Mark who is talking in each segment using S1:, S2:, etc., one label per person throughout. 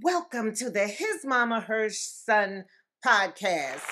S1: Welcome to the His Mama, Her Son podcast.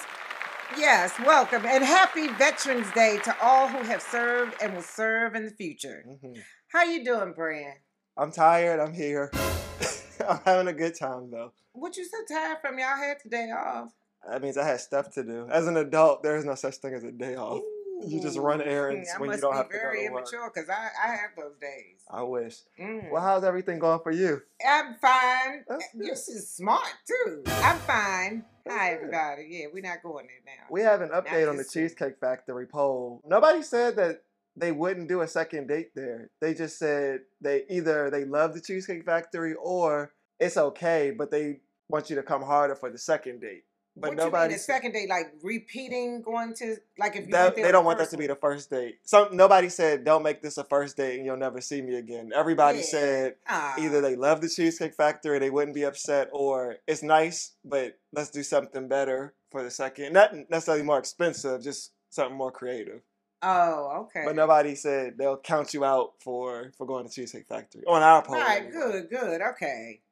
S1: Yes, welcome and happy Veterans Day to all who have served and will serve in the future.
S2: Mhm.
S1: How you doing, Brian?
S2: I'm tired. I'm here. I'm having a good time though.
S1: What you so tired from? Y'all had today off.
S2: That means I had stuff to do. As an adult, there is no such thing as a day off. Oh, You just run
S1: Ooh. Mm,
S2: errands
S1: I
S2: when you
S1: must
S2: don't
S1: be
S2: have to go
S1: very
S2: to work.
S1: immature because I, I have those days.
S2: I wish.
S1: Mm.
S2: Well, how's everything going for you?
S1: I'm fine.
S2: That's
S1: You're
S2: good.
S1: smart too. I'm fine.
S2: That's
S1: Hi
S2: good.
S1: everybody. Yeah, we're not going there now.
S2: We have an update on the
S1: just kidding.
S2: Cheesecake Factory poll. Nobody said that they wouldn't do a second date there. They just said they either they love the Cheesecake Factory or it's okay, but they want you to come harder for the second date. But
S1: what you
S2: nobody
S1: mean the
S2: said-
S1: second day, like repeating going to like if you
S2: That,
S1: went there
S2: they
S1: the
S2: don't want that
S1: first
S2: to be
S1: one?
S2: the first date. Some nobody said don't make this a first date and you'll never see me again. Everybody
S1: Yeah.
S2: said
S1: Ah,
S2: either they love the Cheesecake Factory, they wouldn't be upset, or it's nice, but let's do something better for the second. Not necessarily more expensive, just something more creative.
S1: Oh, okay.
S2: But nobody said they'll count you out for for going to Cheesecake Factory on our poll.
S1: All right,
S2: anyway.
S1: good, good, okay.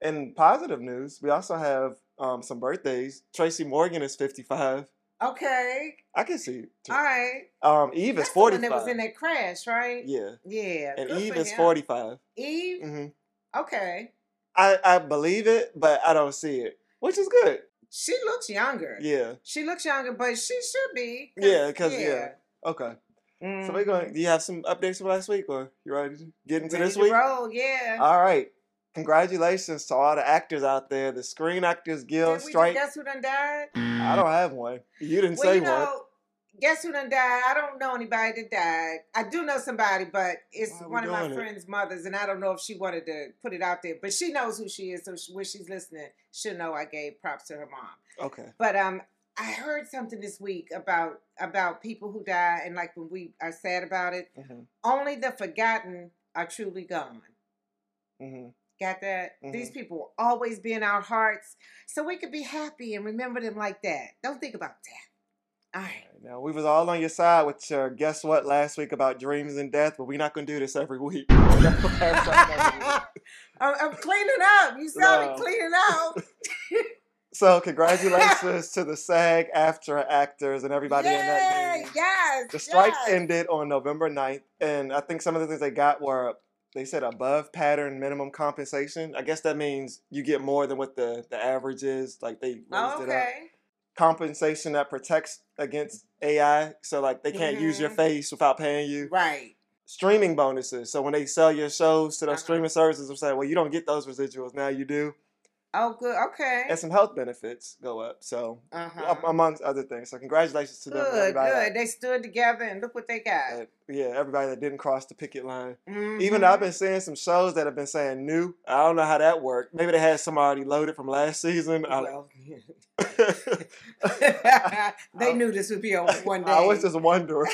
S2: And positive news, we also have um, some birthdays. Tracy Morgan is fifty five.
S1: Okay.
S2: I can see.
S1: All right.
S2: Um, Eve is
S1: That's
S2: forty
S1: the one that was in
S2: five.
S1: that crash, right?
S2: Yeah.
S1: Yeah.
S2: and
S1: good
S2: Eve
S1: for
S2: is
S1: him.
S2: 45.
S1: Eve?
S2: hmm
S1: Okay.
S2: I, I believe it, but I don't see it, which is good.
S1: She looks younger.
S2: Yeah.
S1: She looks younger, but she should be.
S2: Yeah, 'cause, yeah. Okay. So we're going.
S1: Mhm.
S2: Do you have some updates for last week, or you ready to get into
S1: Ready
S2: this
S1: to
S2: week?
S1: roll, yeah.
S2: All right. Congratulations to all the actors out there. The Screen Actors Guild
S1: Did we
S2: strike.
S1: guess who done died?
S2: I don't have one. You didn't
S1: Well,
S2: say
S1: you know, guess who done died? I don't know anybody that died. I do know somebody, but it's
S2: Why are we
S1: one of my
S2: doing it?
S1: friend's mothers, and I don't know if she wanted to put it out there, but she knows who she is, so she, when she's listening, she'll know I gave props to her mom.
S2: one. Okay.
S1: But um, I heard something this week about about people who die, and like when we are sad about it,
S2: Mhm,
S1: only the forgotten are truly gone.
S2: mhm.
S1: Got that?
S2: Mm-hmm.
S1: These people will always be in our hearts, so we could be happy and remember them like that. Don't think about death. All
S2: All
S1: right.
S2: right, Now we was all on your side with your guess what last week about dreams and death, but we're not gonna do this every week.
S1: I'm, I'm cleaning up. You saw me
S2: No.
S1: cleaning out.
S2: So congratulations to the SAG, AFTRA actors, and everybody in that
S1: Yay!
S2: union.
S1: Yes.
S2: The strike
S1: yes.
S2: ended on November 9th, and I think some of the things they got were they said above pattern minimum compensation. I guess that means you get more than what the, the average is. Like they raised
S1: Oh,
S2: it up.
S1: okay.
S2: Compensation that protects against AI, so like they can't use your
S1: Mhm.
S2: face without paying you.
S1: Right.
S2: Streaming bonuses. So when they sell your shows to those
S1: Uh-huh.
S2: streaming services, they're saying, well, you don't get those residuals now, you do.
S1: Oh, good. Okay.
S2: And some health benefits go up. So
S1: uh-huh.
S2: a- amongst other things. So congratulations to them. and
S1: Good,
S2: everybody
S1: good. They stood together and look what they got.
S2: that- yeah, everybody that didn't cross the picket line. Even
S1: Mhm.
S2: though I've been seeing some shows that have been saying new. I don't know how that worked. Maybe they had some already loaded from last season. I,
S1: Well,
S2: I
S1: they knew this would be over one day.
S2: was just wondering.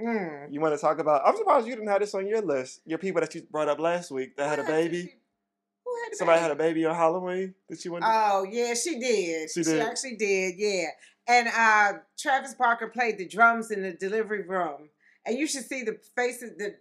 S1: Mm.
S2: you want to talk about? I'm surprised you didn't have this on your list. Your people that you brought up last week that had a
S1: What did
S2: baby.
S1: she- Who had a
S2: Somebody
S1: baby?
S2: had a baby on Halloween that you went. to
S1: Oh yeah, she did.
S2: She
S1: She,
S2: did.
S1: actually did. Yeah, and uh, Travis Parker played the drums in the delivery room, and you should see the faces, the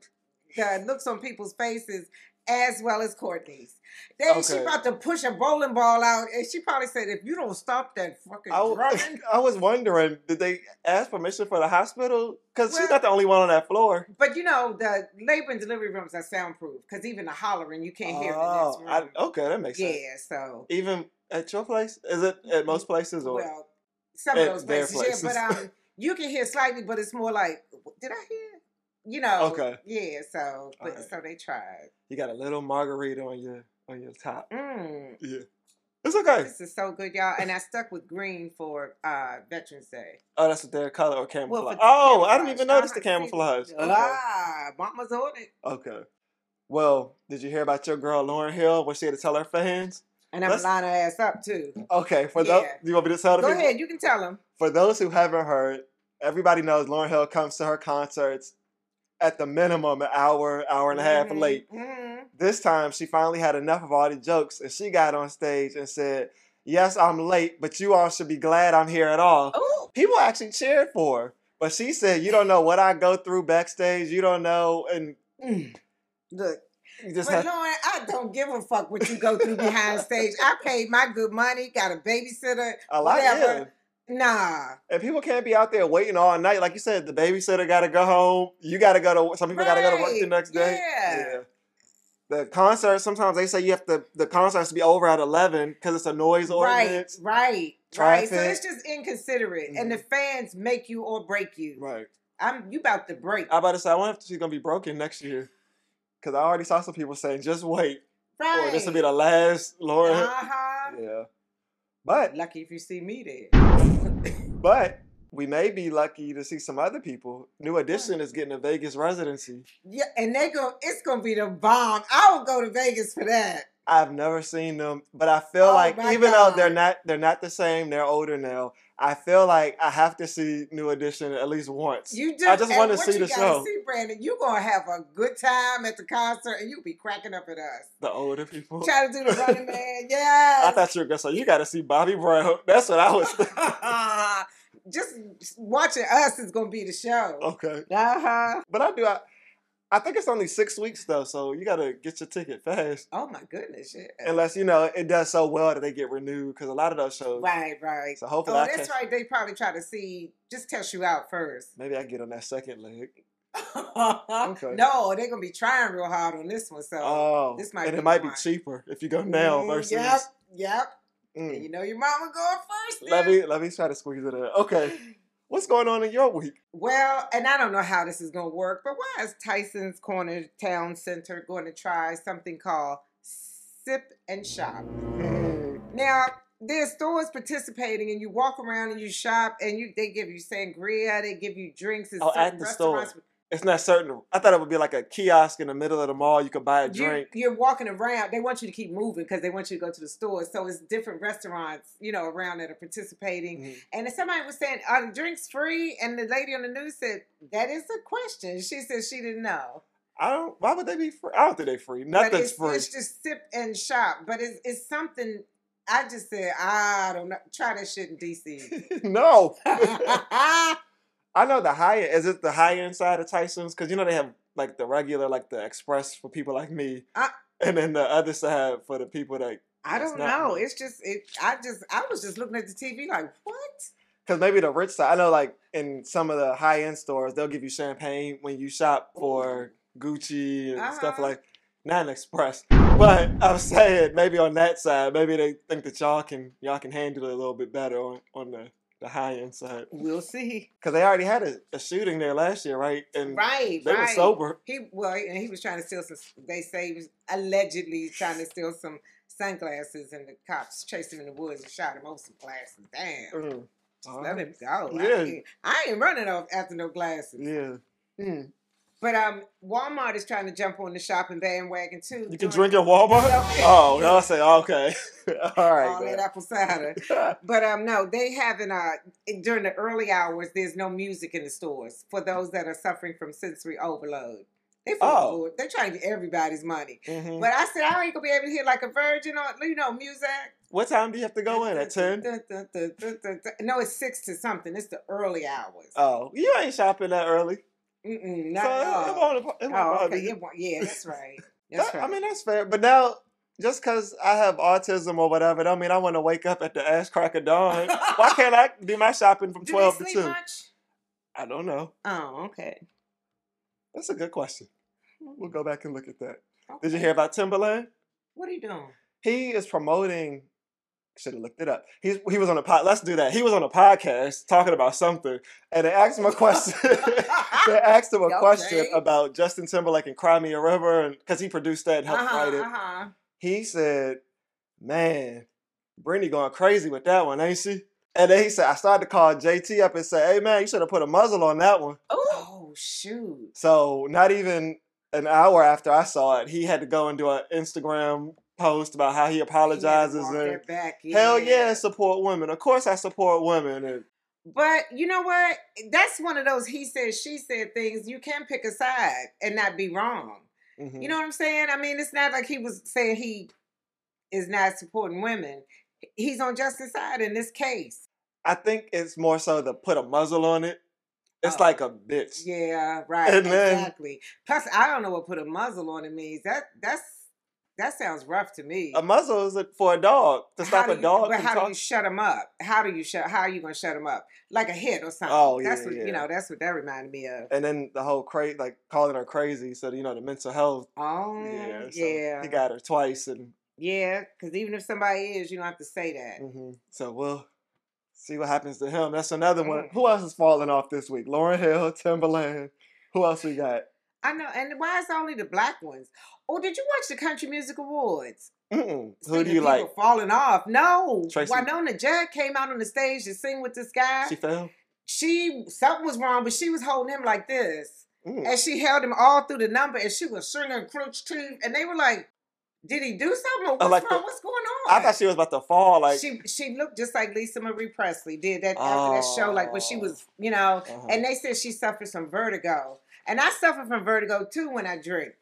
S1: the looks on people's faces, as well as Courtney's. They she
S2: Okay.
S1: about to push a bowling ball out, and she probably said, "If you don't stop that fucking
S2: I, w-
S1: drumming."
S2: I was wondering, did they ask permission for the hospital? Because she's
S1: Well-
S2: not the only one on that floor.
S1: But you know the labor and delivery rooms are soundproof because even the hollering you can't hear in the
S2: Oh, I-
S1: next room.
S2: okay, that makes sense.
S1: yeah, so
S2: Even at your place? Is it at most places or
S1: well, some
S2: At
S1: of those
S2: their
S1: places, yeah. But
S2: places.
S1: um, you can hear slightly, but it's more like, did I hear? You know.
S2: Okay.
S1: Yeah. So, but,
S2: Alright.
S1: so they tried.
S2: you got a little margarita on your on your top?
S1: Mm,
S2: Yeah. It's okay.
S1: this is so good, y'all. And I stuck with green for uh Veterans Day.
S2: Oh, that's their color or camouflage.
S1: for
S2: oh, I
S1: camouflage.
S2: didn't even notice the
S1: Uh-huh, see,
S2: camouflage. Okay.
S1: Ah, mama's on it.
S2: Okay. Well, did you hear about your girl Lauren Hill? What she had to tell her fans?
S1: And I'm
S2: Let's-
S1: lining her ass up too.
S2: Okay, for those
S1: Yeah.
S2: do you want me to tell the
S1: Go
S2: people?
S1: ahead, you can tell them.
S2: For those who haven't heard, everybody knows Lauren Hill comes to her concerts at the minimum an hour, hour and a
S1: Mm-hmm.
S2: half late. This time she finally had enough of all the jokes and she got on stage and said, Yes, I'm late, but you all should be glad I'm here at all.
S1: Oh,
S2: People actually cheered for her. But she said, You don't know what I go through backstage. You don't know. And
S1: look.
S2: You just
S1: But
S2: have,
S1: Lauren, I don't give a fuck what you go through behind stage. I paid my good money, got a babysitter.
S2: a lot
S1: whatever.
S2: yeah.
S1: Nah.
S2: And people can't be out there waiting all night. Like you said, the babysitter got to go home. You got to go to. Some people got to go to work the
S1: Right,
S2: next day.
S1: yeah.
S2: The concert. Sometimes they say you have to. The concert has to be over at eleven because it's a noise
S1: Right,
S2: ordinance.
S1: right, right. So
S2: traffic.
S1: it's just inconsiderate, and the fans make you or break you.
S2: Mm. Right. Oh,
S1: I'm you about to break,
S2: I about to say I wonder if she's gonna be broken next year. Cause I already saw some people saying just wait,
S1: right?
S2: or this will be the last Laura.
S1: uh huh.
S2: Yeah. But
S1: Lucky if you see me there.
S2: but we may be lucky to see some other people. New Edition is getting a Vegas residency.
S1: Yeah, and they go. It's gonna be the bomb. I will go to Vegas for that.
S2: I've never seen them, but I feel
S1: Oh
S2: like
S1: my
S2: even
S1: God.
S2: though they're not they're not the same, they're older now. I feel like I have to see New Edition at least once.
S1: You do.
S2: I just
S1: and
S2: wanna
S1: what
S2: see
S1: you
S2: the
S1: gotta
S2: show.
S1: See, Brandon, you gonna have a good time at the concert, and you'll be cracking up at us.
S2: the older people.
S1: Try to do the running man.
S2: Oh. I
S1: Yes.
S2: thought you were gonna say you got to see Bobby Brown. That's what I was. thinking.
S1: just watching us is gonna be the show.
S2: okay,
S1: Uh huh.
S2: but I do. I, I think it's only six weeks though, so you gotta get your ticket fast.
S1: Oh my goodness. Yeah.
S2: Unless you know it does so well that they get renewed, because a lot of those shows.
S1: Right, right.
S2: So hopefully,
S1: Oh,
S2: I
S1: that's
S2: catch-
S1: right. They probably try to see, just test you out first.
S2: Maybe I get on that second leg.
S1: No, they're gonna be trying real hard on this one. So
S2: Oh,
S1: this might
S2: and
S1: be
S2: it might
S1: mine.
S2: be cheaper if you go now
S1: Mm,
S2: versus.
S1: Yep, yep.
S2: Mm.
S1: And you know your mama going first.
S2: Let
S1: then.
S2: me let me try to squeeze it in. Okay, what's going on in your week?
S1: Well, and I don't know how this is gonna work, but why is Tyson's Corner Town Center going to try something called Sip and Shop? Hmm. Now, there's stores participating, and you walk around and you shop, and you they give you sangria, they give you drinks, and
S2: Oh,
S1: certain
S2: at the store.
S1: restaurants.
S2: It's not certain. I thought it would be like a kiosk in the middle of the mall. You could buy a drink.
S1: You, you're walking around. They want you to keep moving because they want you to go to the store. So it's different restaurants, you know, around that are participating.
S2: Mhm.
S1: And then somebody was saying, "Are the drinks free?" And the lady on the news said, "That is a question." She said she didn't know.
S2: I don't. Why would they be free? I don't think they're free.
S1: But
S2: Nothing's
S1: it's,
S2: free.
S1: It's just sip and shop. But it's it's something. I just said, I don't know. Try that shit in DC.
S2: no.
S1: right,
S2: I know the higher. Is it the higher inside of Tyson's? Because you know they have like the regular, like the express for people like me,
S1: I-
S2: and then the other side for the people that.
S1: I
S2: That's
S1: don't
S2: not
S1: know.
S2: right.
S1: It's just it. I just I was just looking at the TV like what?
S2: Because maybe the rich side. I know like in some of the high end stores they'll give you champagne when you shop for Gucci and stuff
S1: Uh-huh.
S2: like. Not an express, but I'm saying maybe on that side, maybe they think that y'all can y'all can handle it a little bit better on on the the high end side.
S1: We'll see.
S2: Because they already had a, a shooting there last year, right? And
S1: Right,
S2: they
S1: right.
S2: were sober.
S1: He well, and he was trying to steal some. They say he was allegedly trying to steal some sunglasses, and the cops chased him in the woods and shot him over some glasses. Damn,
S2: Mm.
S1: just let him go. I,
S2: Yeah.
S1: ain't, I ain't running off after no glasses.
S2: Yeah. Mm.
S1: But um, Walmart is trying to jump on the shopping bandwagon too.
S2: You can
S1: doing
S2: drink at Walmart? Oh, no, I say, okay. All
S1: all
S2: right.
S1: that apple cider.
S2: man.
S1: But um, no, they haven't. Uh, during the early hours, there's no music in the stores for those that are suffering from sensory overload. They
S2: Oh.
S1: oh. they're trying to get everybody's money.
S2: Mhm.
S1: But I said I ain't gonna be able to hear like a virgin on you know music.
S2: What time do you have to go in? At 10?
S1: Dun, dun, dun, dun, dun, dun. No, it's six to something. It's the early hours.
S2: Oh, you ain't shopping that early.
S1: Mm-mm, not
S2: so
S1: at all.
S2: it won't, it won't
S1: oh,
S2: bother
S1: okay.
S2: you.
S1: It won't- yeah, that's right. That's
S2: That-
S1: right.
S2: I mean, that's fair. But now, just because I have autism or whatever, don't mean I want to wake up at the ass crack of dawn. Why can't I do my shopping from
S1: do
S2: 12
S1: they
S2: to
S1: sleep
S2: 2?
S1: much?
S2: I don't know.
S1: Oh, okay.
S2: That's a good question. We'll go back and look at that.
S1: okay.
S2: Did you hear about Timberland?
S1: What are you doing?
S2: He is promoting. Should have looked it up. He's, he was on a pod. Let's do that. He was on a podcast talking about something, and they asked him a question. they asked him a
S1: Okay.
S2: question about Justin Timberlake and Cry Me a River, and because he produced that and helped
S1: uh-huh,
S2: write it.
S1: uh-huh.
S2: He said, "Man, Brittany going crazy with that one, ain't she?" And then he said, "I started to call JT up and say, hey man, you should have put a muzzle on that one.'"
S1: Oh shoot.
S2: So not even an hour after I saw it, he had to go and do an Instagram post about how he apologizes
S1: He had to walk
S2: and
S1: that back.
S2: hell yeah, support women. Of course I support women. And
S1: But you know what? That's one of those he said, she said things. You can pick a side and not be wrong.
S2: mm-hmm.
S1: You know what I'm saying? I mean, it's not like he was saying he is not supporting women. He's on Justin's side in this case.
S2: I think it's more so the put a muzzle on it. It's
S1: Oh.
S2: like a bitch.
S1: Yeah, right.
S2: And then-
S1: exactly. Plus, I don't know what put a muzzle on it means. That that's that sounds rough to me.
S2: A muzzle is for a dog to
S1: How
S2: stop
S1: do
S2: a
S1: you-
S2: dog
S1: But
S2: from
S1: how do
S2: talking.
S1: you shut them up? How do you shut? How are you gonna shut them up? Like a hit or something.
S2: Oh,
S1: that's
S2: yeah,
S1: what
S2: yeah.
S1: you know. That's what that reminded me of.
S2: and then the whole crazy, like calling her crazy. So you know the mental health.
S1: Oh,
S2: Yeah,
S1: yeah,
S2: so He got her twice, and
S1: yeah. Because even if somebody is, you don't have to say that.
S2: mhm. so we'll see what happens to him. That's another one.
S1: Mm.
S2: Who else is falling off this week? Lauren Hill, Timberland. Who else we got?
S1: I know. And why is it only the black ones? Oh, did you watch the Country Music Awards?
S2: Mm-mm. Who
S1: Speaking
S2: do
S1: of
S2: you
S1: people
S2: like?
S1: Falling off? No.
S2: Tracy-
S1: Winona Judd came out on the stage to sing with this guy.
S2: She fell.
S1: she something was wrong, but she was holding him like this,
S2: Mm.
S1: and she held him all through the number, and she was stringing crooks too. And they were like, "Did he do something? Or what's
S2: Uh, like
S1: wrong?
S2: the-
S1: what's going on?"
S2: I thought she was about to fall. Like
S1: she she looked just like Lisa Marie Presley did that after that show, like when she
S2: Oh.
S1: was, you know.
S2: Uh-huh.
S1: And they said she suffered from vertigo, and I suffer from vertigo too when I drink.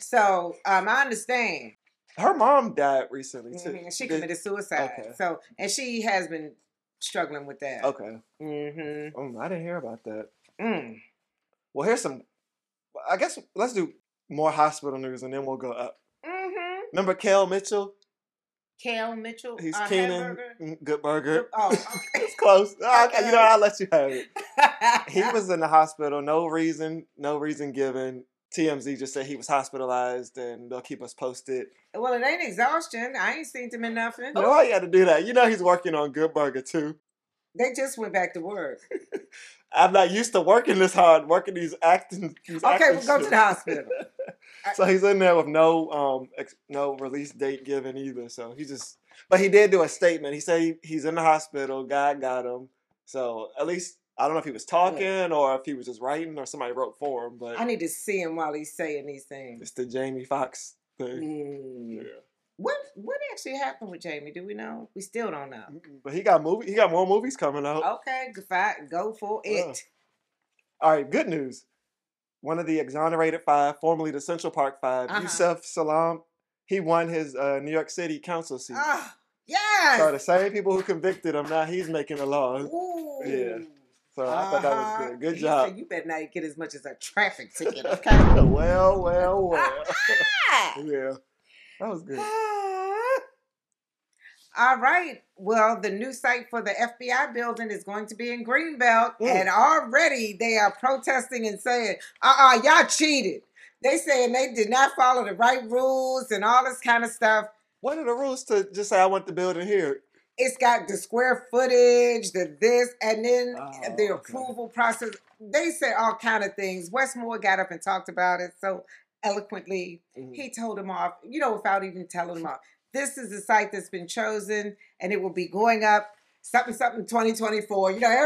S1: So um, I understand.
S2: her mom died recently too.
S1: Mhm. She
S2: Did-
S1: committed suicide.
S2: Okay. Oh.
S1: So and she has been struggling with that.
S2: Okay.
S1: Mm-hmm.
S2: Mm, I didn't hear about that.
S1: Mm.
S2: Well, here's some. I guess let's do more hospital news and then we'll go up.
S1: Mm-hmm.
S2: Remember Kel Mitchell?
S1: Cal Mitchell.
S2: He's
S1: uh,
S2: Keenan
S1: hamburger?
S2: Mm, Good Burger.
S1: Oh,
S2: It's close. Ah, okay, You know,
S1: Okay.
S2: I'll let you have it.
S1: okay.
S2: He was in the hospital. No reason. No reason given. TMZ just said he was hospitalized and they'll keep us posted.
S1: well, it ain't exhaustion. I ain't seen them in nothing.
S2: You know why you had to do that? You know he's working on Good Burger too.
S1: They just went back to work.
S2: I'm not used to working this hard, working these acting. These
S1: Okay,
S2: acting
S1: we'll go to
S2: shifts.
S1: the hospital.
S2: So he's in there with no um ex- no release date given either. So he just, but he did do a statement. He said he, he's in the hospital. God got him. So at least I don't know if he was talking or if he was just writing or somebody wrote for him. But
S1: I need to see him while he's saying these things.
S2: it's the Jamie Foxx thing.
S1: Mm.
S2: Yeah.
S1: What what actually happened with Jamie? Do we know? We still don't know.
S2: But he got movie. He got more movies coming out.
S1: Okay, good fight. Go for
S2: Yeah.
S1: it.
S2: All right, good news. One of the exonerated five, formerly the Central Park 5
S1: Uh-huh.
S2: Yusuf Salam, he won his uh, New York City council seat.
S1: Oh,
S2: So
S1: yes.
S2: the same people who convicted him now he's making the laws.
S1: Ooh.
S2: Yeah. So I thought that was
S1: Uh-huh.
S2: good. Good
S1: He
S2: job.
S1: said, you better not get as much as a traffic ticket, okay? Ah.
S2: well, well, well. yeah, that was good.
S1: All right. Well, the new site for the FBI building is going to be in Greenbelt,
S2: Mm.
S1: and already they are protesting and saying, "Uh, uh y'all cheated." They saying they did not follow the right rules and all this kind of stuff.
S2: What are the rules to just say I want the building here?
S1: It's got the square footage, the this, and then
S2: Oh, okay.
S1: the approval process. They said all kind of things. Westmore got up and talked about it so eloquently.
S2: Mm.
S1: He told him off, you know, without even telling him off. This is the site that's been chosen, and it will be going up something something 2024. You know, you know.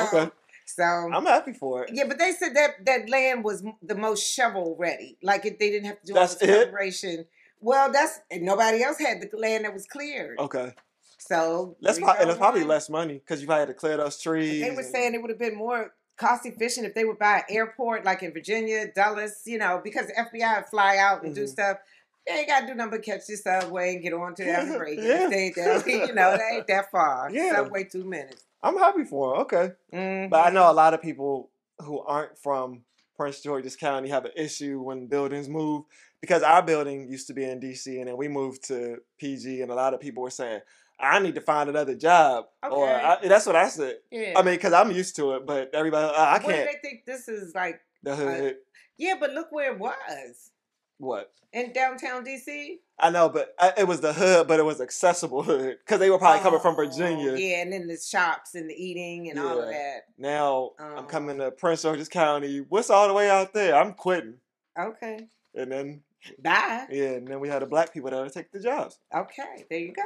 S2: Oh, okay,
S1: So
S2: I'm happy for it.
S1: yeah, but they said that that land was m- the most shovel ready. Like if they didn't have to do
S2: That's
S1: all
S2: it?
S1: this preparation. Well, that's and nobody else had the land that was cleared.
S2: Okay,
S1: So
S2: that's
S1: three
S2: probably, and
S1: dollars
S2: it's probably
S1: one.
S2: less money because you probably had to clear those trees.
S1: They were
S2: and-
S1: saying it would have been more cost efficient if they would buy an airport like in Virginia, Dulles, you know, because the FBI would fly out and do
S2: Mhm.
S1: stuff. They ain't got to do nothing but catch the subway and get on to the other break. And
S2: Yeah.
S1: They ain't that, you know, they ain't that far.
S2: Yeah.
S1: Subway two minutes.
S2: I'm happy for it. Okay,
S1: Mhm.
S2: but I know a lot of people who aren't from Prince George's County have an issue when buildings move because our building used to be in D.C. and then we moved to PG, and a lot of people were saying. I need to find another job, or
S1: Okay.
S2: I, that's what I said.
S1: yeah.
S2: I mean, because I'm used to it, but everybody, uh, I
S1: what do
S2: can't.
S1: they think this is like?
S2: The hood,
S1: Yeah, but look where it was
S2: what?
S1: in downtown DC.
S2: I know, but I, it was the hood, but it was accessible hood because they were probably coming from
S1: Oh,
S2: Virginia.
S1: Yeah, and then the shops and the eating and all of
S2: Yeah.
S1: that.
S2: Now I'm
S1: Oh.
S2: coming to Prince George's County. What's all the way out there? I'm quitting.
S1: Okay.
S2: And then
S1: Bye.
S2: yeah, and then we had the black people that would take the jobs.
S1: Okay. There you go.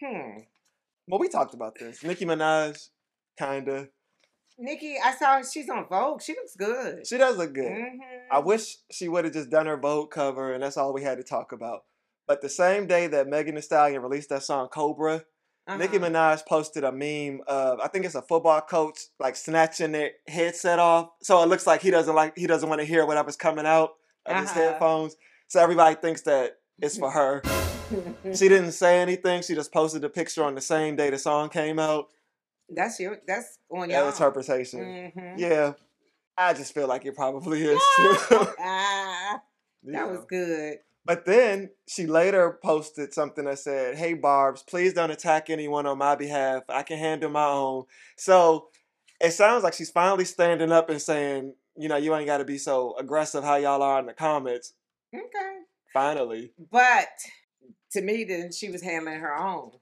S1: Hmm.
S2: Well, we talked about this. Nicki Minaj, kinda.
S1: Nikki, I saw she's on Vogue. She looks good.
S2: She does look good.
S1: Mhm.
S2: I wish she would have just done her Vogue cover, and that's all we had to talk about. But the same day that Megan Thee Stallion released that song Cobra,
S1: Uh-huh.
S2: Nicki Minaj posted a meme of I think it's a football coach like snatching their headset off, so it looks like he doesn't like he doesn't want to hear whatever's coming out of his
S1: Uh-huh.
S2: headphones. So everybody thinks that it's for her.
S1: uh-huh.
S2: she didn't say anything. She just posted the picture on the same day the song came out.
S1: That's your. That's on
S2: That
S1: your.
S2: interpretation.
S1: Mhm.
S2: Yeah. I just feel like it probably is too.
S1: Ah, that
S2: Yeah.
S1: was good.
S2: But then she later posted something that said, Hey Barbs, please don't attack anyone on my behalf. I can handle my own. So it sounds like she's finally standing up and saying, you know, you ain't gotta be so aggressive how y'all are in the comments.
S1: Okay.
S2: Finally.
S1: But to me, then she was handling her own.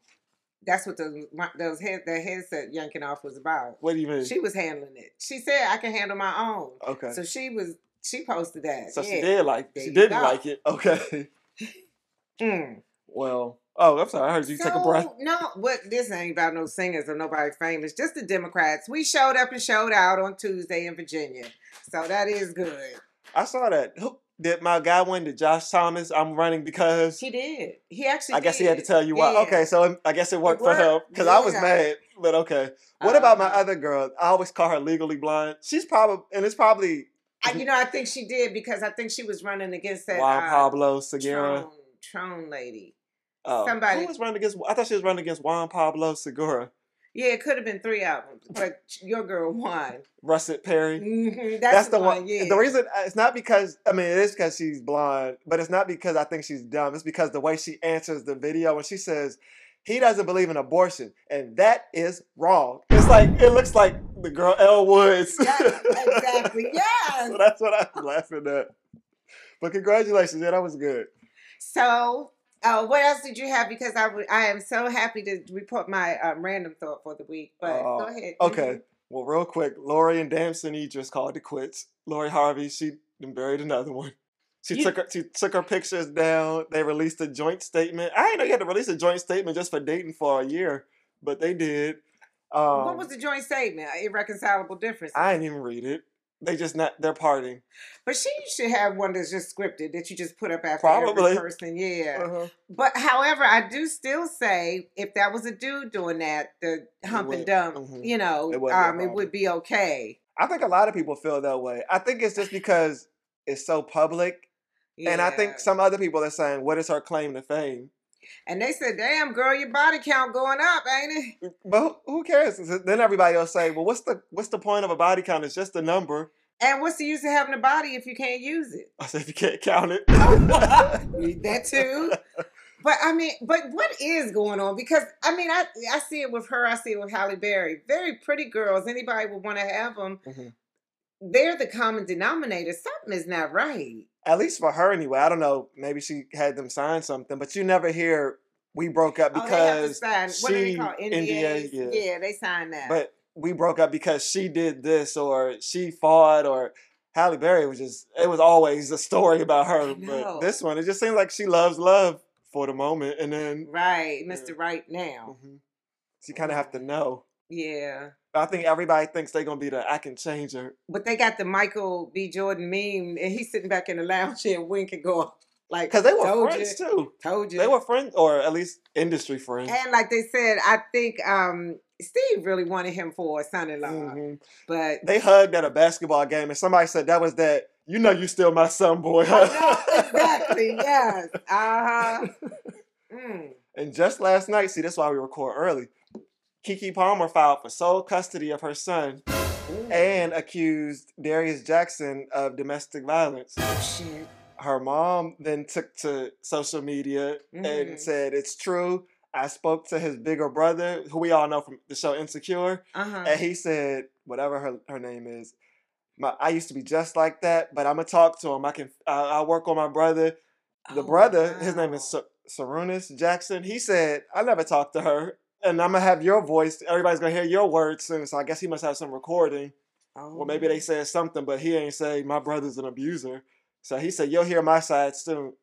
S1: That's what those my- those head that headset yanking off was about.
S2: What do you mean?
S1: She was handling it. She said, "I can handle my own."
S2: Mm. okay. So,
S1: So she was. She posted that. yeah.
S2: she did like
S1: There
S2: she
S1: you
S2: didn't
S1: go.
S2: like it. Okay.
S1: Mm.
S2: Well, oh, I'm sorry. I heard you take a breath.
S1: So, No, what this ain't about no singers or nobody famous. Just the Democrats. We showed up and showed out on Tuesday in Virginia, so that is good.
S2: I saw that. Who did my guy win? Did Josh Thomas? I'm running because
S1: She did. He actually.
S2: I guess he had to
S1: did.
S2: tell you why.
S1: Yeah.
S2: Okay, so I guess it worked,
S1: It
S2: for him
S1: worked,
S2: because I was
S1: yeah.
S2: mad. But okay, what about my
S1: Uh-huh.
S2: other girl? I always call her legally blind. She's probably and it's probably
S1: I, you know, I think she did because I think she was running against that
S2: Juan
S1: uh,
S2: Pablo Segura.
S1: Tron, Tron lady.
S2: Oh,
S1: somebody-
S2: who was running against? I thought she was running against Juan Pablo Segura,
S1: Yeah, it could have been three albums, but your girl won.
S2: Russet Perry.
S1: Mhm, that's,
S2: That's, the one.
S1: Yeah.
S2: The reason uh, it's not because I mean it is because she's blonde, but it's not because I think she's dumb. It's because the way she answers the video when she says he doesn't believe in abortion, and that is wrong. It's like it looks like the girl Elle Woods.
S1: Yes, exactly. Yes.
S2: so that's what I'm laughing at. But congratulations, yeah, that was good.
S1: So, uh, what else did you have? Because I would- I am so happy to report my um, random thought for the week. But
S2: Oh,
S1: go ahead.
S2: Okay, well, real quick, Lori and Damson Idris called it quits. Lori Harvey, she done buried another one. She
S1: You-
S2: took her she took her pictures down. They released a joint statement. I didn't know you had to release a joint statement just for dating for a year, but they did. Um,
S1: Mm-hmm. what was the joint statement? Irreconcilable difference.
S2: I didn't even read it. They just not they're partying.
S1: but she should have one that's just scripted that you just put up after
S2: Probably.
S1: every person. Yeah.
S2: Uh-huh.
S1: But however, I do still say if that was a dude doing that, the hump and
S2: would-
S1: dump,
S2: mhm.
S1: you know,
S2: It wouldn't be a
S1: um, it
S2: problem.
S1: would be okay.
S2: I think a lot of people feel that way. I think it's just because it's so public And I
S1: Yeah.
S2: think some other people are saying, "What is her claim to fame?"
S1: and they said, "Damn, girl, your body count going up, ain't it?"
S2: But who- who cares? Then everybody will say, "Well, what's the what's the point of a body count? It's just a number."
S1: And what's the use of having a body if you can't use it?
S2: I said, "You can't count it."
S1: Read that too. But I mean, but what is going on? Because I mean, I I see it with her. I see it with Halle Berry. Very pretty girls. Anybody would want to have them.
S2: Mhm.
S1: They're the common denominator. Something is not right.
S2: At least for her, anyway. I don't know. Maybe she had them sign something, but you never hear we broke up
S1: oh, they have to
S2: because.
S1: sign. What do they
S2: she-
S1: call it?
S2: NDA,
S1: NDAs?
S2: yeah.
S1: they sign that.
S2: but we broke up because she did this or she fought or. Halle Berry was just—it was always a story about
S1: know.
S2: her. But this one, it just seems like she loves love for the moment, and then
S1: right,
S2: Yeah.
S1: Mister Right now.
S2: Mhm. So you kind of have to know.
S1: Yeah,
S2: I think everybody thinks they're gonna be the I can change her.
S1: but they got the Michael B. Jordan meme, and he's sitting back in the lounge, and Wink can go like
S2: Cause they were
S1: told
S2: friends
S1: you,
S2: too.
S1: told you
S2: They were friends, or at least industry friends.
S1: And like they said, I think um, Steve really wanted him for a son-in-law,
S2: Mhm.
S1: but
S2: They hugged at a basketball game, and somebody said that was that. You know, you still my son, boy.
S1: I know, exactly, yes, uh huh. Mm.
S2: and just last night, see, that's why we record early. Kiki Palmer filed for sole custody of her son and accused Darius Jackson of domestic violence.
S1: Oh, shit.
S2: her mom then took to social media
S1: Mhm.
S2: and said it's true. I spoke to his bigger brother, who we all know from the show Insecure,
S1: Uh huh.
S2: and he said whatever her, her name is. My, I used to be just like that, but I'm gonna talk to him. I can. I, I work on my brother.
S1: Oh,
S2: The brother, his name is Sa- Sarunas Jackson. He said I never talked to her, and I'm gonna have your voice. Everybody's gonna hear your words soon. So I guess he must have some recording. Well, maybe they said something, but he ain't say my brother's an abuser. So he said, "You'll hear my side soon."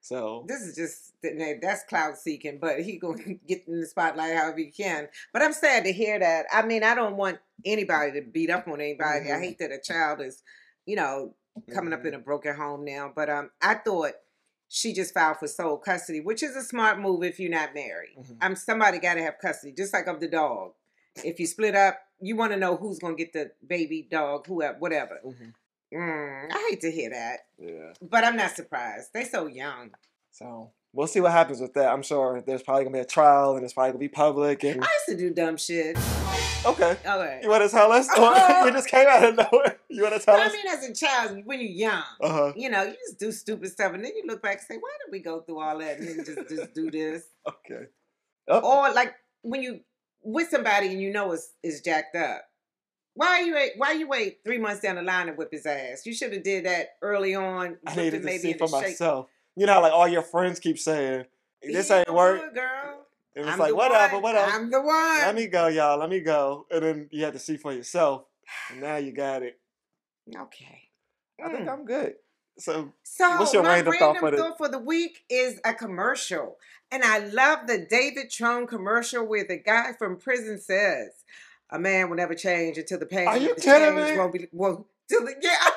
S2: So
S1: This is just now, that's cloud seeking, but he gonna get in the spotlight however he can. But I'm sad to hear that. I mean, I don't want anybody to beat up on anybody. I
S2: Mhm.
S1: hate that a child is, you know, coming up in a broken home now. But um, I thought she just filed for sole custody, which is a smart move if you're not married.
S2: Mhm.
S1: I'm somebody got to have custody, just like of the dog. If you split up, you want to know who's gonna get the baby dog, whoever, whatever.
S2: Mhm.
S1: Mm, I hate to hear that,
S2: yeah.
S1: but I'm not surprised. They so young.
S2: So We'll see what happens with that. I'm sure there's probably gonna be a trial and it's probably gonna be public. And
S1: I used to do dumb shit.
S2: okay,
S1: All right.
S2: you want to tell us? Or you just came out of nowhere. You want to tell
S1: But Uh-huh. I
S2: us?
S1: mean, as a child, when you're young,
S2: Uh huh.
S1: you know, you just do stupid stuff, and then you look back and say, "Why did we go through all that and then just just do this?"
S2: Okay. Oh,
S1: Or like when you with somebody and you know is is jacked up. Why you wait? Why you wait three months down the line and whip his ass? You should have did that early on.
S2: I
S1: whipped
S2: needed
S1: him
S2: to
S1: maybe
S2: see
S1: into
S2: for
S1: shape.
S2: myself. You know, how, like all your friends keep saying, "This
S1: Yeah,
S2: ain't work."
S1: good, girl.
S2: And it's
S1: I'm
S2: like,
S1: the
S2: whatever,
S1: one.
S2: whatever.
S1: I'm the one.
S2: let me go, y'all. Let me go. And then you had to see for yourself. And now you got it.
S1: okay.
S2: I think
S1: Mm.
S2: I'm good. So
S1: So
S2: What's your
S1: my
S2: random
S1: random,
S2: thought
S1: thought,
S2: for
S1: for
S2: the-
S1: the week is a commercial, and I love the David Trone commercial where the guy from prison says, "A man will never change until the pain
S2: Are
S1: of
S2: you
S1: the
S2: kidding
S1: change
S2: me?
S1: won't be won't till the yeah."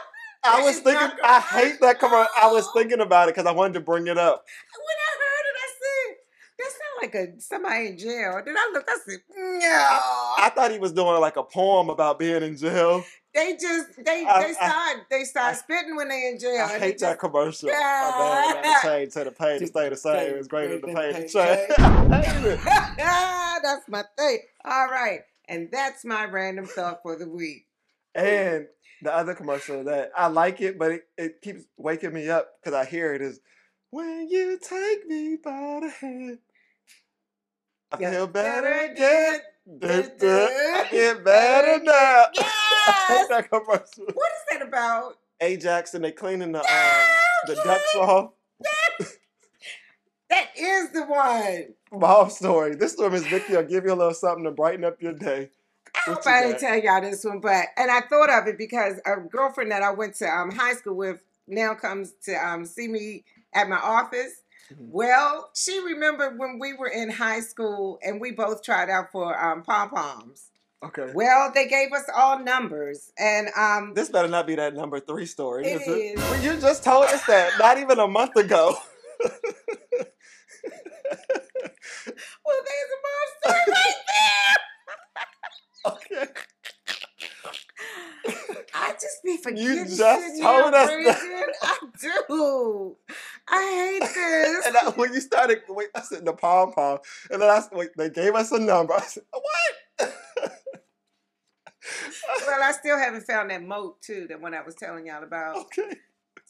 S2: I
S1: That
S2: was
S1: is not
S2: thinking, I hate that commercial. I was
S1: commercial.
S2: thinking about it because I wanted to bring it up.
S1: When I heard it, I said, "That sounds like a somebody in jail." Then I looked, I said, "No."
S2: I thought he was doing like a poem about being in jail.
S1: They just they
S2: I- I-
S1: they start they start
S2: I-
S1: spitting when they in jail.
S2: I
S1: and they
S2: hate that
S1: just-
S2: commercial. My man, not to change to the pain to stay the same. It's greater than the pain to change. I hate it.
S1: that's my thing. All right. And that's my random thought for the week.
S2: And the other commercial that I like it, but it, it keeps waking me up because I hear it is when you take me by the hand. I
S1: Yeah.
S2: feel better
S1: Better
S2: again.
S1: again.
S2: Duh, duh. I get better now. I hate
S1: Yes!
S2: that commercial.
S1: What is that about?
S2: Ajax and they cleaning the um, the
S1: Yeah,
S2: ducks off.
S1: That is the one.
S2: Mob story. This story, Miss Vicky, will give you a little something to brighten up your day.
S1: I
S2: What
S1: hope
S2: you
S1: I didn't
S2: got?
S1: tell y'all this one, but and I thought of it because a girlfriend that I went to um, high school with now comes to um, see me at my office.
S2: Mhm.
S1: Well, she remembered when we were in high school and we both tried out for um, pom poms.
S2: Okay.
S1: Well, they gave us all numbers, and um,
S2: This better not be that number three story.
S1: It is.
S2: Well, you just told us that not even a month ago.
S1: well, there's a mom story right there.
S2: Okay.
S1: I just be forgetting.
S2: just
S1: shit now,
S2: told us that.
S1: Bridget. I do. I hate this.
S2: And I, when you started, wait, I said the pom pom, and then I s- wait, they gave us a number. I said, what?
S1: well, I still haven't found that moat too. That one I was telling y'all about.
S2: Okay.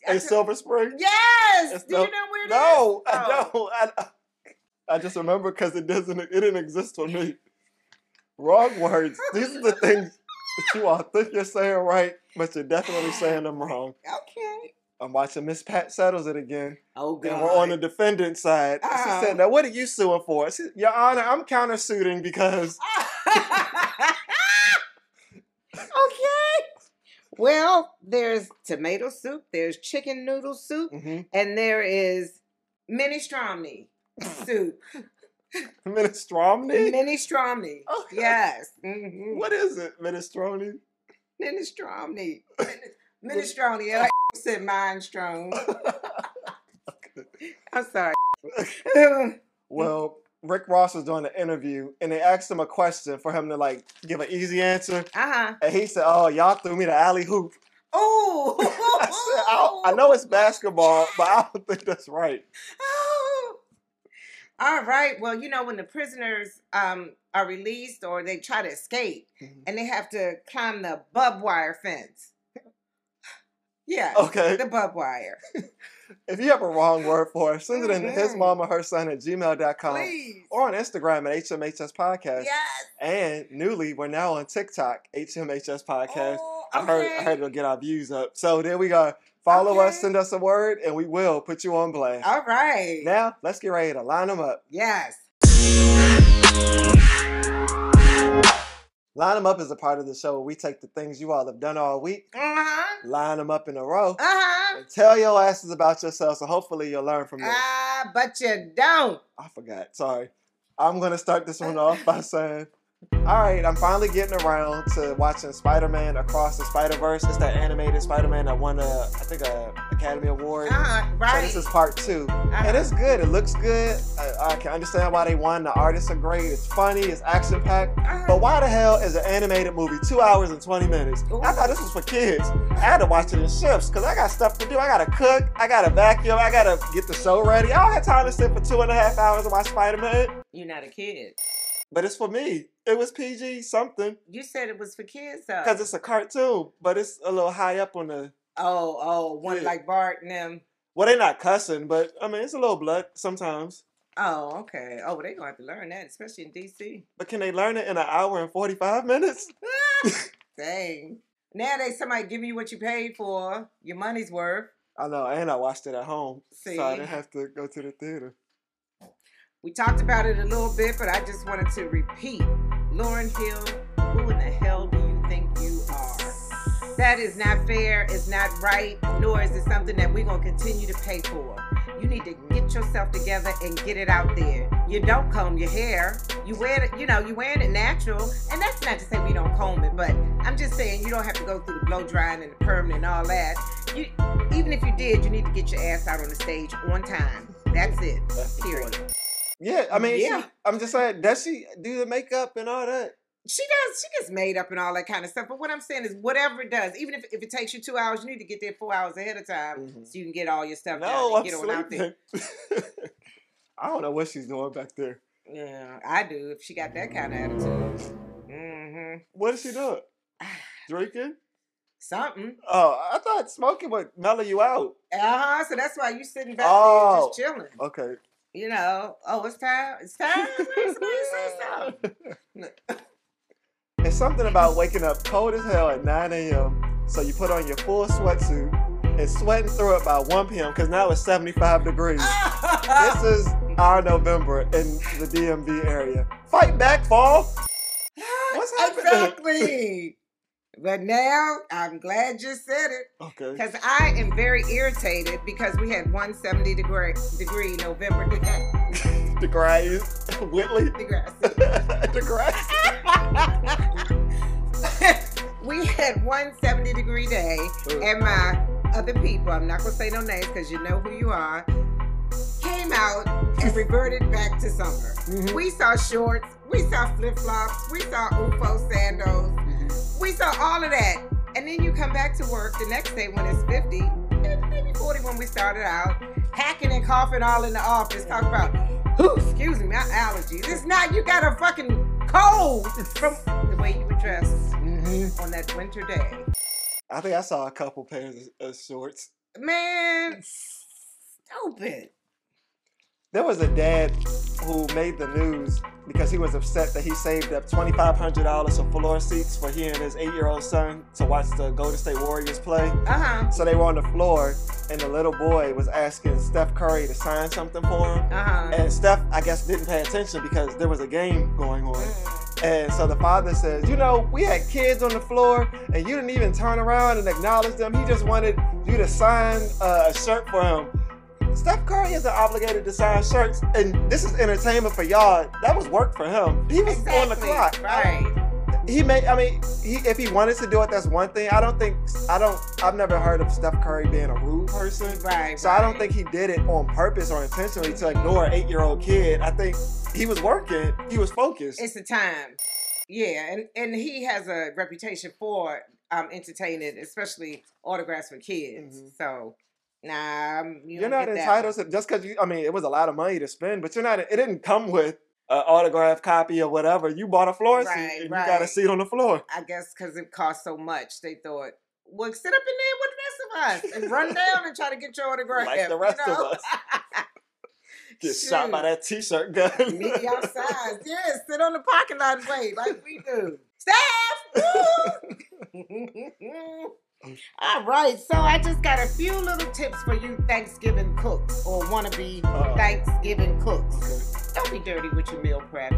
S1: I
S2: In
S1: ju-
S2: Silver Spring.
S1: yes.
S2: It's
S1: Do you know
S2: no-
S1: where it is?
S2: No, I
S1: Oh.
S2: don't. I, I just remember because it doesn't. It didn't exist for me. Wrong words. These are the things that you all think you're saying right, but you're definitely saying them wrong.
S1: Okay.
S2: I'm watching Miss Pat settles it again,
S1: Oh
S2: and we're on the
S1: God.
S2: defendant's side. She
S1: Oh.
S2: said, "Now, what are you suing for?" I said, "Your Honor, I'm countersuing because."
S1: okay. Well, there's tomato soup. There's chicken noodle soup.
S2: hmm
S1: and there is minestrone soup.
S2: Minestrone.
S1: minestrone.
S2: Okay.
S1: Yes. hmm
S2: Oh, What is it, minestrone?
S1: Minestrone. Min- minestrone. I said mine strong. I'm sorry. Uh-huh.
S2: Well,
S1: Mm.
S2: Rick Ross was doing an interview, and they asked him a question for him to like give an easy answer.
S1: uh-huh.
S2: And he said, "Oh, y'all threw me the alley hoop."
S1: Oh.
S2: I said, "I, don't- I know it's basketball, but I don't think that's right."
S1: Oh. All right. Well, you know, when the prisoners um, are released or they try to escape
S2: Mhm.
S1: and they have to climb the bub wire fence. Yeah.
S2: Okay,
S1: The bub wire.
S2: if you have a wrong word for us, send it in to his
S1: Mhm.
S2: mom or her son at gmail.com
S1: Please.
S2: or on Instagram at HMHS Podcast.
S1: Yes.
S2: And newly, we're now on TikTok, HMHS Podcast.
S1: Oh,
S2: I heard I
S1: okay.
S2: heard it'll get our views up. So there we go. Follow us,
S1: Okay.
S2: send us a word, and we will put you on blast.
S1: All right.
S2: Now let's get ready to line them up.
S1: yes.
S2: Line them up is a part of the show where we take the things you all have done all week,
S1: Uh huh.
S2: line them up in a row,
S1: Uh huh.
S2: and tell your asses about yourself. So hopefully you'll learn from this.
S1: Ah, but you don't.
S2: I forgot. Sorry. I'm gonna start this one off by saying All right, I'm finally getting around to watching Spider-Man Across the Spider-Verse. It's that animated Spider-Man that won a, I think, a Academy Award.
S1: Uh-huh,
S2: So
S1: right.
S2: this is part 2
S1: Uh-huh.
S2: and it's good. It looks good. I, I can understand why they won. The artists are great. It's funny. It's action packed.
S1: Uh-huh.
S2: But why the hell is an animated movie two hours and 20 minutes? I thought this was for kids. I had to watch it in shifts because I got stuff to do. I got to cook. I got to vacuum. I got to get the show ready. I don't have time to sit for two and a half hours and watch Spider Man.
S1: You're not a kid.
S2: But it's for me. It was PG something
S1: You said it was for kids, though.
S2: because it's a cartoon, but it's a little high up on the.
S1: oh, oh, one
S2: Yeah.
S1: like Bart and them.
S2: Well, they're not cussing, but I mean, it's a little blood sometimes.
S1: Oh, okay. Oh, they're gonna have to learn that, especially in DC.
S2: But can they learn it in an hour and 45 minutes?
S1: Dang. Nowadays, somebody giving you what you paid for, your money's worth.
S2: I know, and I watched it at home, so I
S1: See.
S2: didn't have to go to the theater.
S1: We talked about it a little bit, but I just wanted to repeat. Lauren Hill, who in the hell do you think you are? That is not fair, it's not right, nor is it something that we're going to continue to pay for. You need to get yourself together and get it out there. You don't comb your hair. You wear it, you know, you wearing it natural. And that's not to say we don't comb it, but I'm just saying you don't have to go through the blow drying and the perm and all that. You even if you did, you need to get your ass out on the stage on time. That's it.
S2: That's the
S1: Period.
S2: point. Yeah, I mean, she-
S1: Yeah.
S2: I'm just saying, does she do the makeup and all that?
S1: she does she gets made up and all that kind of stuff but what i'm saying is whatever it does even if, if it takes you two hours you need to get there four hours ahead of time
S2: Mhm.
S1: so you can get all your stuff down and
S2: No, I'm
S1: get on out there
S2: sleeping. I don't know what she's doing back there.
S1: yeah i do if she got that kind of attitude hmm
S2: What is she doing? Drinking?
S1: something
S2: Oh, I thought smoking would mellow you out.
S1: uh-huh so that's why you sitting back there
S2: Oh.
S1: just chilling
S2: Okay.
S1: you know oh it's time it's time Somebody say something.
S2: It's something about waking up cold as hell at 9 a.m. So you put on your full sweatsuit and sweating through it by 1 p.m. because now it's 75 degrees. This is our November in the DMV area. Fight back, fall. What's happening?
S1: exactly but now i'm glad you said it
S2: Okay.
S1: Because I am very irritated because we had 170 degree, degree November degree.
S2: The grass. Whitley. the grass.
S1: we had 170 degree day, and my other people, I'm not going to say no names because you know who you are, came out and reverted back to summer.
S2: Mhm.
S1: We saw shorts, we saw flip flops, we saw UFO sandals, we saw all of that. And then you come back to work the next day when it's 50, eh, maybe 40 when we started out, hacking and coughing all in the office, talking about, who, excuse me, my allergies. It's not, you got a fucking cold from the way you were dressed
S2: Mhm.
S1: on that winter day.
S2: I think I saw a couple pairs of, of shorts.
S1: Man, stupid.
S2: There was a dad who made the news because he was upset that he saved up $2,500 for floor seats for he and his eight-year-old son to watch the Golden State Warriors play.
S1: Uh huh.
S2: So they were on the floor, and the little boy was asking Steph Curry to sign something for him.
S1: Uh huh.
S2: And Steph, I guess, didn't pay attention because there was a game going on.
S1: Mm.
S2: And so the father says, You know, we had kids on the floor and you didn't even turn around and acknowledge them. He just wanted you to sign uh, a shirt for him. Steph Curry isn't obligated to sign shirts, and this is entertainment for y'all. That was work for him. He was on the
S1: Exactly.
S2: clock.
S1: Right.
S2: He made. I mean, he, if he wanted to do it, that's one thing. I don't think. I don't. I've never heard of Steph Curry being a rude person.
S1: Right.
S2: So I don't
S1: right.
S2: think he did it on purpose or intentionally to ignore an eight-year-old kid. I think he was working. He was focused.
S1: it's the time. Yeah, and and he has a reputation for um entertaining, especially autographs for kids.
S2: Mhm.
S1: So, nah, I'm- you
S2: You're
S1: don't
S2: not
S1: get that
S2: entitled
S1: one.
S2: to just because you. I mean, it was a lot of money to spend, but you're not. It didn't come with an autograph copy or whatever. You bought a floor
S1: Right,
S2: seat and you got a
S1: right.
S2: seat on the floor.
S1: I guess because it cost so much, they thought, well, sit up in there with the rest of us and run down and try to get your autograph.
S2: Like the rest
S1: you
S2: of
S1: know?
S2: us. Get shot by
S1: Shoot.
S2: that t-shirt gun.
S1: Meet you outside. Yeah, sit on the parking lot and wait like we do. Staff! woo! All right, so I just got a few little tips for you Thanksgiving cooks or wannabe
S2: Uh-oh.
S1: Thanksgiving cooks.
S2: Uh-huh. Okay.
S1: Don't be dirty with your meal prep.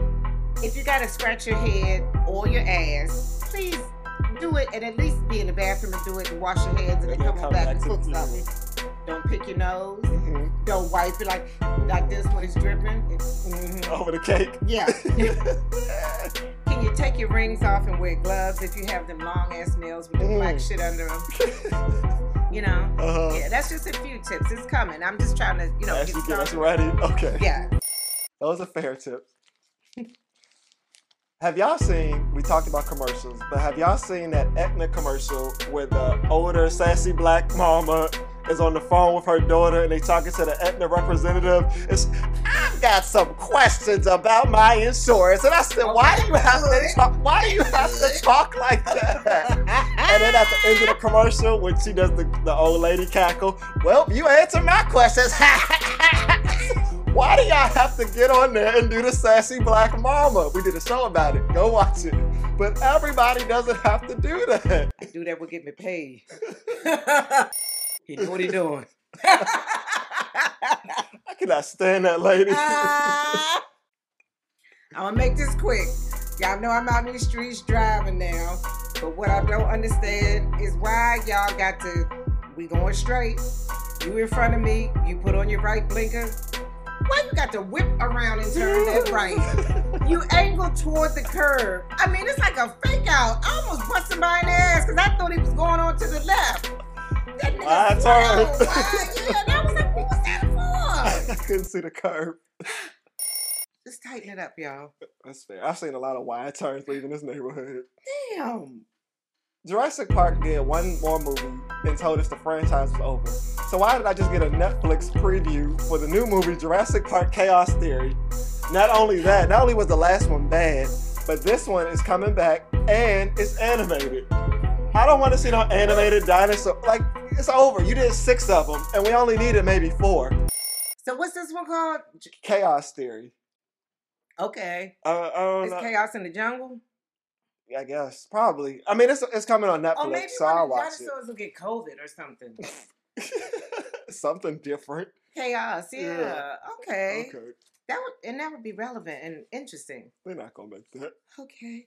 S1: If you gotta scratch your head or your ass, please do it and at least be in the bathroom and do it and wash your hands and then come on back and
S2: to
S1: cook
S2: the
S1: something.
S2: food.
S1: Don't pick your nose.
S2: Mhm.
S1: Don't wipe it like
S2: Mm-hmm.
S1: like this when it's dripping. It's- mhm.
S2: Over the cake.
S1: Yeah. Can you you take your rings off and wear gloves if you have them long ass nails with the black
S2: Mm.
S1: shit under them. you know?
S2: Uh-huh.
S1: Yeah, that's just a few tips. It's coming. I'm just trying to, you know,
S2: As
S1: get
S2: you get us
S1: started.
S2: ready. Okay.
S1: Yeah.
S2: Those are fair tips. have y'all seen? We talked about commercials, but have y'all seen that Etna commercial where the older sassy black mama is on the phone with her daughter and they talking to the Etna representative? It's I've got some questions about my insurance, and I said, why do you have to talk? Why do you have to talk like that? And then at the end of the commercial, when she does the, the old lady cackle, well, you answered my questions. Why do y'all have to get on there and do the sassy black mama? We did a show about it. Go watch it. But everybody doesn't have to do that.
S1: Do that will get me paid. he know what he doing.
S2: I cannot stand that lady.
S1: Ah. I'm gonna make this quick. Y'all know I'm out in these streets driving now, but what I don't understand is why y'all got to. We going straight. You in front of me. You put on your right blinker. Why you got to whip around and turn that right? You angle toward the curb. I mean, it's like a fake out. I almost busted my ass because I thought he was going on to the left. That nigga
S2: Why I
S1: swung.
S2: turned?
S1: Why? Yeah, and I was like, what was that for?
S2: I couldn't see the curb.
S1: Just tighten it up, y'all.
S2: That's fair. I've seen a lot of wide turns leaving this neighborhood.
S1: Damn.
S2: Jurassic Park did one more movie and told us the franchise was over. So why did I just get a Netflix preview for the new movie Jurassic Park Chaos Theory? Not only that, not only was the last one bad, but this one is coming back and it's animated. I don't want to see no animated dinosaur. Like it's over. You did six of them, and we only needed maybe four.
S1: So what's this one called? J-
S2: Chaos Theory.
S1: Okay.
S2: Uh, I don't
S1: It's
S2: know.
S1: Chaos in the Jungle.
S2: I guess probably. I mean, it's it's coming on Netflix,
S1: Oh, maybe
S2: so
S1: one
S2: I'll
S1: of the
S2: watch
S1: dinosaurs will get COVID or something.
S2: it. Something different.
S1: Chaos, yeah.
S2: Yeah.
S1: Okay.
S2: Okay.
S1: That would and that would be relevant and interesting.
S2: They're not gonna make that.
S1: Okay.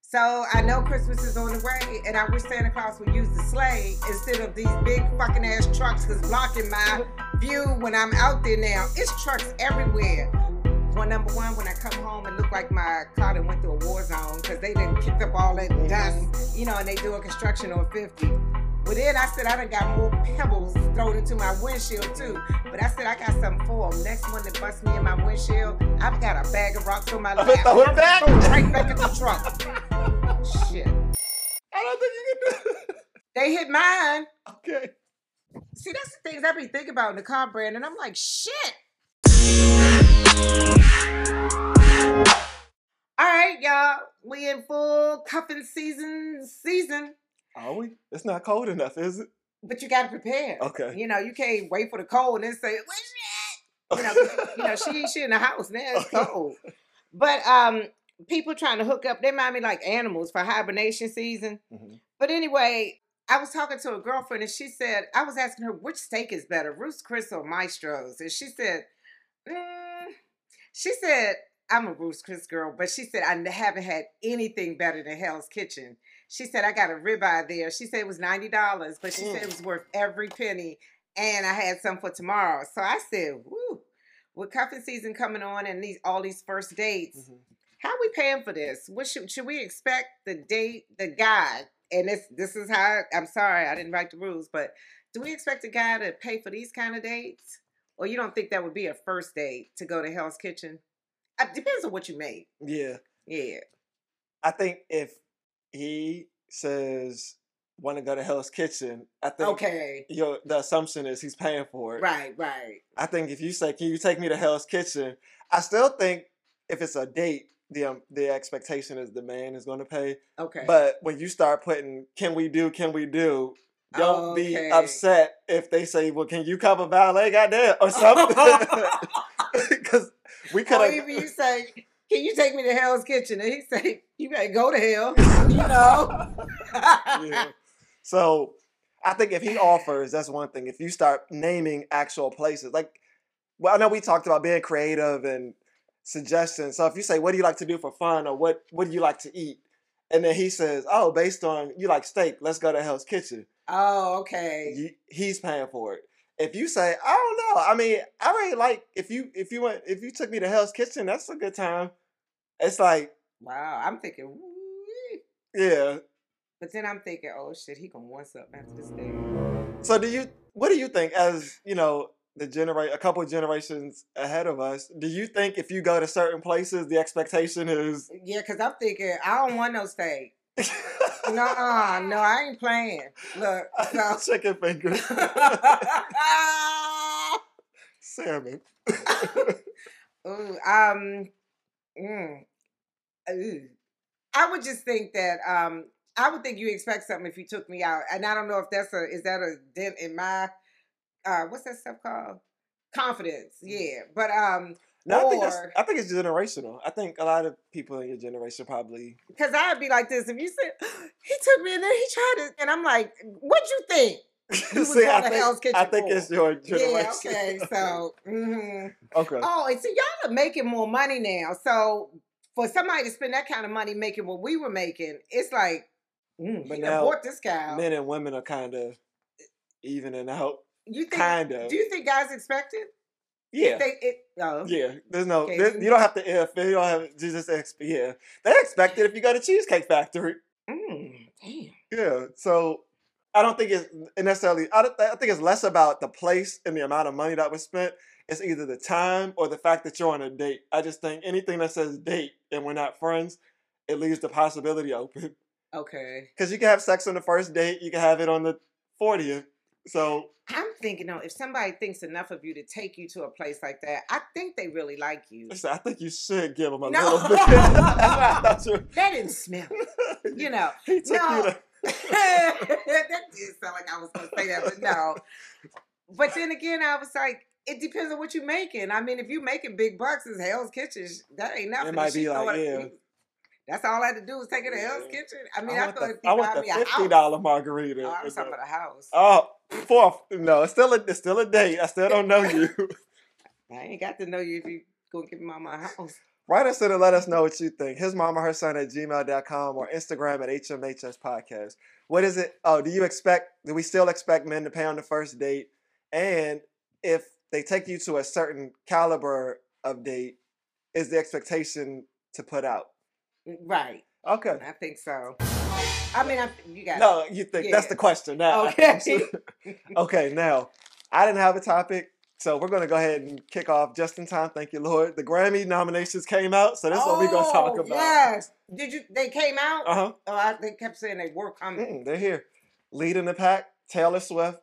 S1: so I know Christmas is on the way, and I wish Santa Claus would use the sleigh instead of these big fucking ass trucks that's blocking my view when I'm out there now. It's trucks everywhere. One number one, when I come home and look like my car done went through a war zone because they didn't kick up all that dust, you know, and they doing construction on 50. Well, then I said I done got more pebbles thrown into my windshield too. But I said I got something for 'em. Next one that busts me in my windshield, I've got a bag of rocks on my
S2: I'm
S1: lap.
S2: gonna throw it back.
S1: right back at the truck. Shit.
S2: I don't think you can do it.
S1: They hit mine.
S2: Okay.
S1: See, that's the things I be thinking about in the car brand, and I'm like, shit. All right, y'all. We in full cuffing season season.
S2: Are we? It's not cold enough, is it?
S1: But you gotta prepare.
S2: Okay.
S1: You know, you can't wait for the cold and then say, Where's she at? You know, 'cause, you know, she she in the house now. It's cold. But um people trying to hook up, they mind me like animals for hibernation season.
S2: Mhm.
S1: But anyway, I was talking to a girlfriend and she said, I was asking her which steak is better, Roost Chris or Maestro's. And she said, mm, she said, I'm a Roost Chris girl, but she said, I n- haven't had anything better than Hell's Kitchen. She said, I got a ribeye there. She said it was $90, but she said it was worth every penny. And I had some for tomorrow. So I said, woo, with cuffing season coming on and these all these first dates,
S2: Mhm.
S1: how we paying for this? What should should we expect the date, the guy? And this this is how I'm sorry I didn't write the rules, but do we expect a guy to pay for these kind of dates? Or you don't think that would be a first date to go to Hell's Kitchen? Uh depends on what you make.
S2: Yeah.
S1: Yeah.
S2: I think if he says want to go to Hell's Kitchen, I think
S1: Okay.
S2: your the assumption is he's paying for it.
S1: Right. Right.
S2: I think if you say, "Can you take me to Hell's Kitchen?" I still think if it's a date, the um, the expectation is the man is going to pay.
S1: Okay.
S2: But when you start putting, "Can we do? Can we do?" Don't
S1: Oh, Okay.
S2: be upset if they say, "Well, can you cover valet, goddamn, or something?" Because we could
S1: or
S2: have.
S1: even you say, "Can you take me to Hell's Kitchen?" And he say, "You better go to hell." You know.
S2: Yeah. So I think if he offers, that's one thing. If you start naming actual places, like, well, I know we talked about being creative and suggestions. So if you say, "What do you like to do for fun?" or "What What do you like to eat?" and then he says, "Oh, based on you like steak, let's go to Hell's Kitchen."
S1: Oh, okay.
S2: You, he's paying for it. If you say, "I don't know," I mean, I really like if you if you went if you took me to Hell's Kitchen, that's a good time. It's like
S1: Wow, I'm thinking, "Woo-wee."
S2: Yeah.
S1: but then I'm thinking, oh shit, he gonna want something after this thing.
S2: So do you? What do you think? As you know, the generate a couple generations ahead of us. Do you think if you go to certain places, the expectation is?
S1: Yeah, because I'm thinking, I don't want no steak. No, uh, no, I ain't playing. Look, so.
S2: Chicken fingers, salmon.
S1: Ooh, um, mm, ooh. I would just think that um, I would think you expect something if you took me out, and I don't know if that's a is that a dent in my uh, what's that stuff called confidence? Yeah, but um,
S2: No, I think that's,
S1: Or-
S2: I think it's generational. I think a lot of people in your generation probably.
S1: because I'd be like this if you said he took me in there, he tried it, and I'm like, what you think? You was
S2: See, I
S1: going to Hell's
S2: think, I
S1: Kitchen
S2: think
S1: for.
S2: it's your generation.
S1: Yeah,
S2: Uh.
S1: okay, so. mhm.
S2: okay.
S1: Oh, and see, y'all are making more money now. So for somebody to spend that kind of money making what we were making, it's like, mm,
S2: But
S1: he done
S2: now,
S1: bought this cow.
S2: Men and women are kind of evening out.
S1: you think?
S2: Kind of.
S1: Do you think guys expect it?
S2: Yeah.
S1: They, it oh.
S2: Yeah, there's no,
S1: Okay,
S2: there-
S1: then-
S2: you don't have to if you don't have you just exp, yeah. They expect it if you go to Cheesecake Factory.
S1: Mm, damn.
S2: Yeah, so I don't think it's necessarily. I, don't, I think it's less about the place and the amount of money that was spent. It's either the time or the fact that you're on a date. I just think anything that says date and we're not friends, it leaves the possibility open
S1: Okay.
S2: because you can have sex on the first date, you can have it on the fortieth. So
S1: I'm thinking, though, if somebody thinks enough of you to take you to a place like that, I think they really like you.
S2: I said, I think you should give him a
S1: No.
S2: little bit. That's what I thought you.
S1: That didn't smell, you know.
S2: He took
S1: No.
S2: you to.
S1: that did sound like I was going to say that, but no. But then again, I was like, it depends on what you're making. I mean, if you're making big bucks, it's Hell's Kitchen. sh- That ain't nothing.
S2: might
S1: She
S2: be like,
S1: thought-
S2: yeah.
S1: That's all I had to do was take her to Hell's
S2: Yeah.
S1: Kitchen. I mean, I,
S2: I want
S1: thought
S2: the,
S1: if
S2: I
S1: you buy
S2: want the
S1: me a
S2: fifty
S1: house,
S2: dollar margarita.
S1: oh, I'm
S2: It's
S1: talking
S2: like,
S1: about a house.
S2: Oh, fourth. No, it's still a it's still a date. I still don't know you.
S1: I ain't got to know you if you gonna give mama a house.
S2: Write us in and let us know what you think. His mama, her son at gmail.com or Instagram at HMHS Podcast. What is it? Oh, do you expect do we still expect men to pay on the first date? And if they take you to a certain caliber of date, is the expectation to put out?
S1: Right.
S2: Okay.
S1: I think so. I mean, I, you got
S2: No, you think that's
S1: Yeah.
S2: the question now.
S1: Okay.
S2: okay, now I didn't have a topic, so we're gonna go ahead and kick off just in time. Thank you, Lord. The Grammy nominations came out, so this is what we're gonna talk
S1: Oh,
S2: about.
S1: Yes. Did you? They came out.
S2: Uh Mm. huh.
S1: Oh, I, they kept saying they were coming.
S2: They're here, leading the pack. Taylor Swift,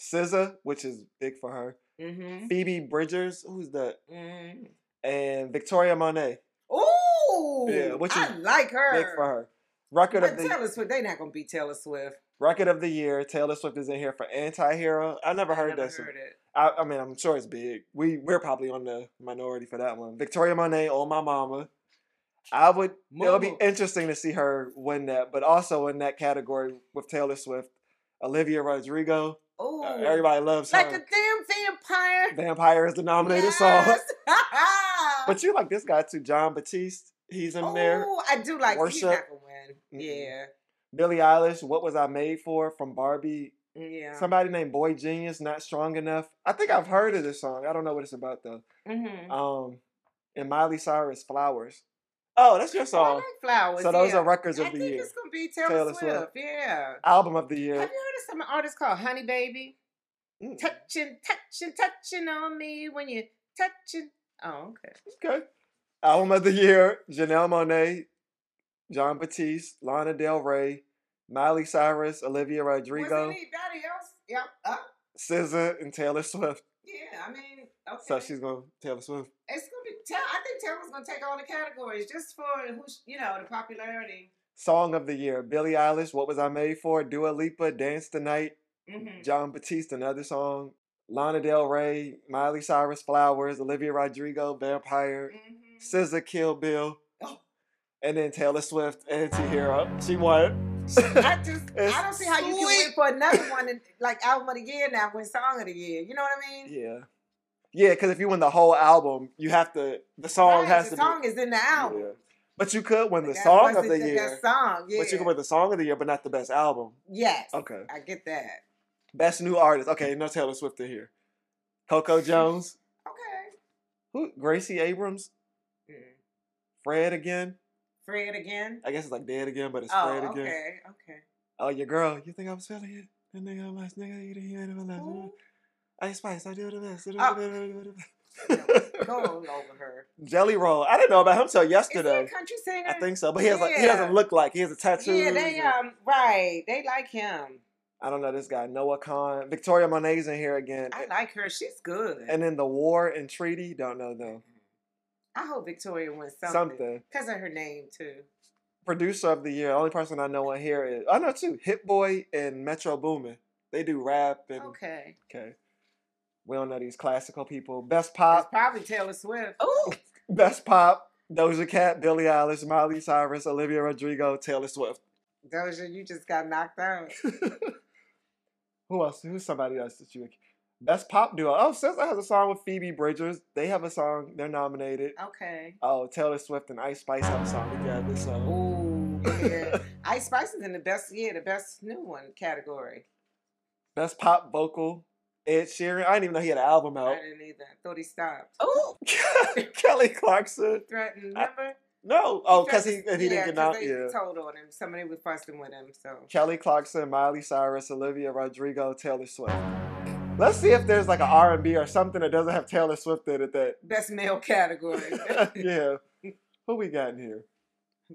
S2: SZA, which is big for her.
S1: Mm-hmm.
S2: Phoebe Bridgers, who's that?
S1: Mm.
S2: And Victoria Monet,
S1: Ooh,
S2: Yeah, which
S1: I
S2: is
S1: like her.
S2: big for her. Record
S1: But
S2: of the
S1: Taylor Swift, they not gonna beat Taylor Swift.
S2: record of the year. Taylor Swift is in here for anti-hero. I never heard
S1: I never
S2: that.
S1: heard it.
S2: I, I mean, I'm sure it's big. We we're probably on the minority for that one. Victoria Monet, Oh My Mama. I would. It'll be
S1: Mama.
S2: interesting to see her win that, but also in that category with Taylor Swift, Olivia Rodrigo.
S1: Ooh,
S2: uh, everybody loves
S1: like a
S2: her.
S1: damn vampire.
S2: Vampire is the nominated song.
S1: yes.
S2: But you like this guy too, John Batiste. He's in there.
S1: Ooh, I do like. He's not
S2: Worship. Mm-hmm.
S1: gonna win.
S2: Mm-mm.
S1: Yeah,
S2: Billie Eilish. What was I made for? From Barbie.
S1: yeah.
S2: Somebody named Boy Genius. Not strong enough. I think I've heard of this song. I don't know what it's about though.
S1: Mhm.
S2: Um, and Miley Cyrus Flowers. Oh, that's
S1: Oh,
S2: your
S1: I
S2: song.
S1: like flowers.
S2: So those
S1: yeah.
S2: are records
S1: I
S2: of the
S1: think
S2: year,
S1: it's gonna be Taylor,
S2: Taylor
S1: Swift.
S2: Swift.
S1: Yeah.
S2: album of the
S1: Have you heard
S2: year.
S1: of some artist called Honey Baby?
S2: Mm,
S1: Touching, touching, touching on me when you touching. Oh, okay.
S2: Okay, album of the year: Janelle Monet, John Batiste, Lana Del Rey, Miley Cyrus, Olivia Rodrigo,
S1: Was anybody else? Yep. Uh,
S2: SZA, and Taylor Swift.
S1: yeah, I mean, okay.
S2: So she's going to Taylor Swift.
S1: it's gonna be. Taylor. I think Taylor's gonna take all the categories just for who sh- you know the popularity.
S2: Song of the year: Billie Eilish, "What Was I Made For?" Dua Lipa, "Dance Tonight."
S1: Mm-hmm.
S2: John Batiste, another song. Lana Del Rey, Miley Cyrus, Flowers, Olivia Rodrigo, Vampire,
S1: Mm-hmm.
S2: SZA, Kill Bill,
S1: Oh.
S2: and then Taylor Swift, Anti-Hero. She won.
S1: Mm-hmm. I just
S2: It's
S1: I don't see how you can win
S2: sweet.
S1: for another one and, like album of the year now when song of the year. You know what I mean?
S2: Yeah, yeah. Because if you win the whole album, you have to. The song
S1: Right,
S2: has
S1: the
S2: to
S1: song
S2: be.
S1: is in the album.
S2: Yeah. But you could win the
S1: Like, I
S2: song of
S1: wasn't
S2: the
S1: th-
S2: year.
S1: That song, yeah.
S2: But you could win the song of the year, but not the best album.
S1: Yes.
S2: Okay.
S1: I get that.
S2: Best new artist. Okay, no Taylor Swift in here. Coco Jones.
S1: Okay.
S2: Who? Gracie Abrams.
S1: Mm.
S2: Fred again.
S1: Fred again.
S2: I guess it's like dead again, but it's
S1: oh,
S2: Fred again.
S1: okay, okay.
S2: Oh, your girl. You think I was feeling it? That nigga, my nigga, you didn't hear it.
S1: Ooh,
S2: Ice Spice, I do the best.
S1: Oh. Go all over her.
S2: Jelly Roll. I didn't know about him till
S1: Is
S2: yesterday.
S1: he a country singer?
S2: I think so, but he has like he
S1: Yeah.
S2: doesn't look like he has a tattoo.
S1: Yeah, they um right. They like him.
S2: I don't know this guy Noah Khan, Victoria Monet's in here again,
S1: I like her. She's good.
S2: and then the War and Treaty. Don't know them.
S1: I hope Victoria wins
S2: Something.
S1: something. Because of her name too.
S2: Producer of the year. Only person I know in here is I know too. Hit Boy and Metro Boomin. They do rap and okay.
S1: Okay.
S2: We don't know these classical people. Best
S1: It's
S2: pop.
S1: probably Taylor Swift.
S2: Uh, Ooh. Best pop. Doja Cat, Billie Eilish, Miley Cyrus, Olivia Rodrigo, Taylor Swift.
S1: Doja, you just got knocked out.
S2: Who else? Who's somebody else that you? Best pop duo. Oh, SZA has a song with Phoebe Bridgers. They have a song. They're nominated.
S1: Okay.
S2: Oh, Taylor Swift and Ice Spice have a song together. So
S1: Ooh, yeah. Ice Spice is in the best, yeah, the best new one category.
S2: best pop vocal. Ed Sheeran. I didn't even know he had an album out.
S1: I didn't either. Thought he stopped.
S2: Oh, Kelly Clarkson.
S1: Threatened,
S2: I-
S1: remember?
S2: No. Oh, because he,
S1: Because-
S2: he didn't get
S1: 'cause
S2: out.
S1: They
S2: Yeah.
S1: told on him. Somebody was fussing with him. So
S2: Kelly Clarkson, Miley Cyrus, Olivia Rodrigo, Taylor Swift. Let's see if there's like an R&B or something that doesn't have Taylor Swift in it. That
S1: best male category,
S2: yeah. Who we got in here?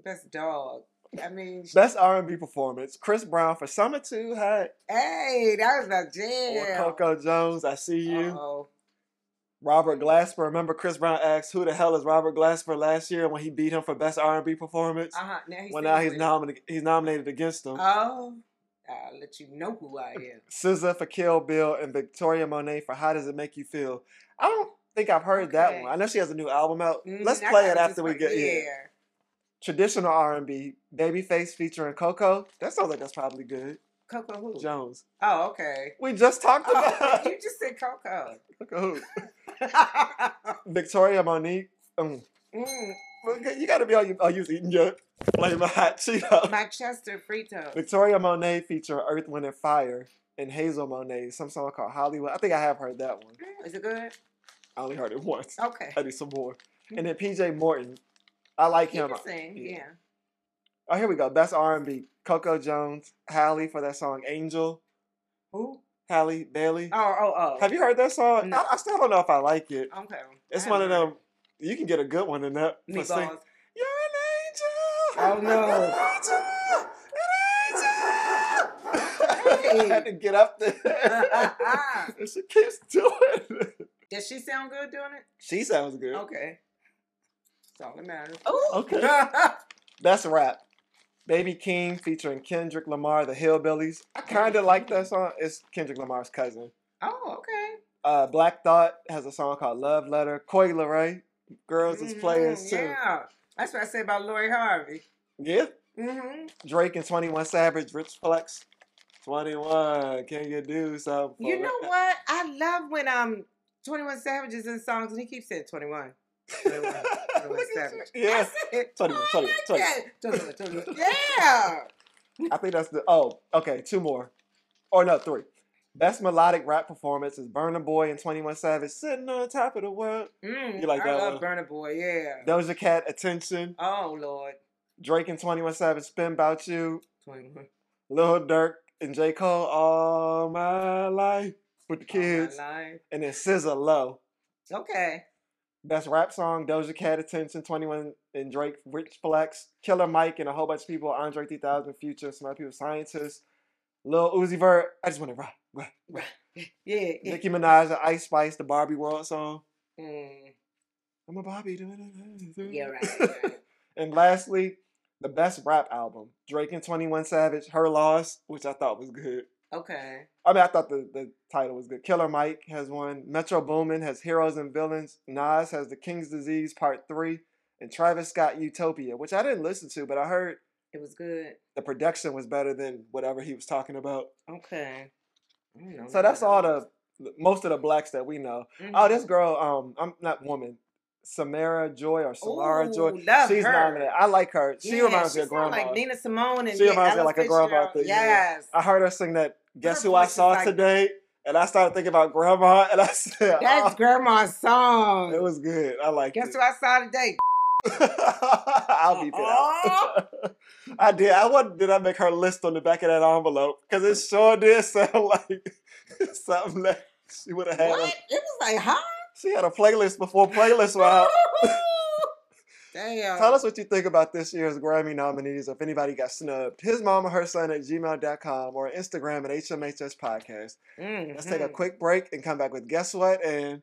S1: best dog. I mean, sh-
S2: Best R&B performance. Chris Brown for Summer Too Hot.
S1: hey, that was a
S2: Or
S1: jam. Oh,
S2: Coco Jones, I See You.
S1: Uh-oh.
S2: Robert Glasper. Remember Chris Brown asked, "Who the hell is Robert Glasper?" Last year when he beat him for best R&B performance.
S1: Uh-huh. Now he's
S2: well, now he's
S1: with-
S2: nominated. He's nominated against him.
S1: Oh, I'll let you know who I am.
S2: SZA for Kill Bill and Victoria Monet for How Does It Make You Feel. I don't think I've heard that
S1: Okay.
S2: one. I know she has a new album out.
S1: Mm,
S2: Let's
S1: I
S2: play it
S1: gotta
S2: after
S1: just
S2: we
S1: put-
S2: get here. Traditional R&B, Babyface featuring Coco. That sounds like that's probably good.
S1: Coco who?
S2: Jones.
S1: Oh, okay.
S2: We just talked
S1: Oh,
S2: about
S1: you just said Coco.
S2: Coco. Victoria Monique. Um,
S1: mm,
S2: you got to be on your. Oh, you was eating your flame of hot Cheeto.
S1: Mike Chester Frito.
S2: Victoria Monet featuring Earth, Wind, and Fire and Hazel Monet, some song called Hollywood. I think I have heard that one.
S1: Mm, Is it good?
S2: I only heard it once.
S1: Okay.
S2: I need some more. And then PJ Morton. I like
S1: You
S2: him.
S1: can sing,
S2: yeah.
S1: yeah.
S2: Oh, here we go. Best R&B. Coco Jones, Hallie for that song Angel,
S1: Who?
S2: Hallie Bailey.
S1: Oh, oh, oh.
S2: Have you heard that song?
S1: No.
S2: I, I still don't know if I like it.
S1: Okay.
S2: It's
S1: I
S2: one of
S1: haven't heard
S2: them. You can get a good one in that.
S1: it.
S2: for sing-
S1: Meatballs.
S2: You're
S1: Oh,
S2: an angel.
S1: no.
S2: An angel. An angel. I had to get up
S1: Uh,
S2: there. and she keeps doing it.
S1: Does she sound good doing it?
S2: She sounds good.
S1: Okay. That's all that matters.
S2: Okay. That's a rap. Baby King featuring Kendrick Lamar, The Hillbillies. I kind of like that song. It's Kendrick Lamar's cousin.
S1: oh, okay.
S2: Uh, Black Thought has a song called Love Letter. Koi Leray, girls is players
S1: Mhm,
S2: too. Mm-hmm, Yeah.
S1: Yeah. That's what I say about Lori Harvey. hmm
S2: Drake and 21 Savage, Rich Flex. 21, can you do something? for
S1: You
S2: me?
S1: know what? I love when um 21 Savage is in songs and he keeps saying 21. 21, 21
S2: Look at
S1: Savage.
S2: you.
S1: I
S2: Yeah.
S1: said,
S2: 21,
S1: "Oh,
S2: 21,
S1: I like that. 21, 21." Yeah.
S2: I think that's the oh, okay, two more. Or no, three. Best melodic rap performance is Burna Boy and 21 Savage sitting on top of the world.
S1: Mm,
S2: You like
S1: I
S2: that
S1: love
S2: one?
S1: Burner Boy, yeah.
S2: Doja Cat, Attention.
S1: Oh Lord.
S2: Drake and 21 Savage, Spin About You,
S1: 21.
S2: Lil Durk and J. Cole, All My Life with the Kids,
S1: Oh, my life.
S2: and then SZA, Low.
S1: Okay.
S2: Best rap song, Doja Cat, Attention, 21 and Drake, Rich Flex, Killer Mike and a whole bunch of people, Andre 3000, Future, some other people, Scientists, Lil Uzi Vert, I Just Want to Rock, Rock, Rock.
S1: Yeah. yeah.
S2: Nicki Minaj and Ice Spice, the Barbie World song.
S1: Mm,
S2: I'm a Barbie. Mm-hmm.
S1: yeah, right. right.
S2: And lastly, the best rap album, Drake and 21 Savage, Her Loss, which I thought was good.
S1: okay.
S2: I mean, I thought the, the title was good. Killer Mike has one. Metro Boomin has Heroes and Villains. Nas has The King's Disease Part 3. And Travis Scott Utopia, which I didn't listen to, but I heard
S1: It was good.
S2: the production was better than whatever he was talking about.
S1: Okay. I don't know
S2: So that's
S1: that.
S2: all the most of the blacks that we know. Oh,
S1: Mhm.
S2: this girl, um, I'm not woman, Samara Joy or Samara Joy.
S1: Ooh, love
S2: She's
S1: her.
S2: nominated. I like her. She
S1: Yeah,
S2: reminds me
S1: she
S2: of
S1: sound
S2: grandma.
S1: Like Nina Simone and
S2: She
S1: yeah,
S2: reminds me
S1: Ella
S2: like a grandma
S1: Fitzgerald.
S2: thing, yeah.
S1: Yes.
S2: I heard her sing that. Guess
S1: Her
S2: who I
S1: voice is
S2: saw
S1: like-
S2: today? And I started thinking about grandma, and I said,
S1: That's
S2: oh,
S1: grandma's song.
S2: it was good. I like
S1: Guess
S2: it.
S1: who I saw today? Oh,
S2: I'll beep it out.
S1: Uh-huh.
S2: I did. I wonder did I make her list on the back of that envelope? Because it sure did sound like something that she would have had.
S1: What? It was like, huh?
S2: She had a playlist before playlists were out.
S1: Damn.
S2: Tell us what you think about this year's Grammy nominees. If anybody got snubbed, his mom or her son at gmail.com or Instagram at HMHS Podcast.
S1: Mhm.
S2: Let's take a quick break and come back with Guess What? And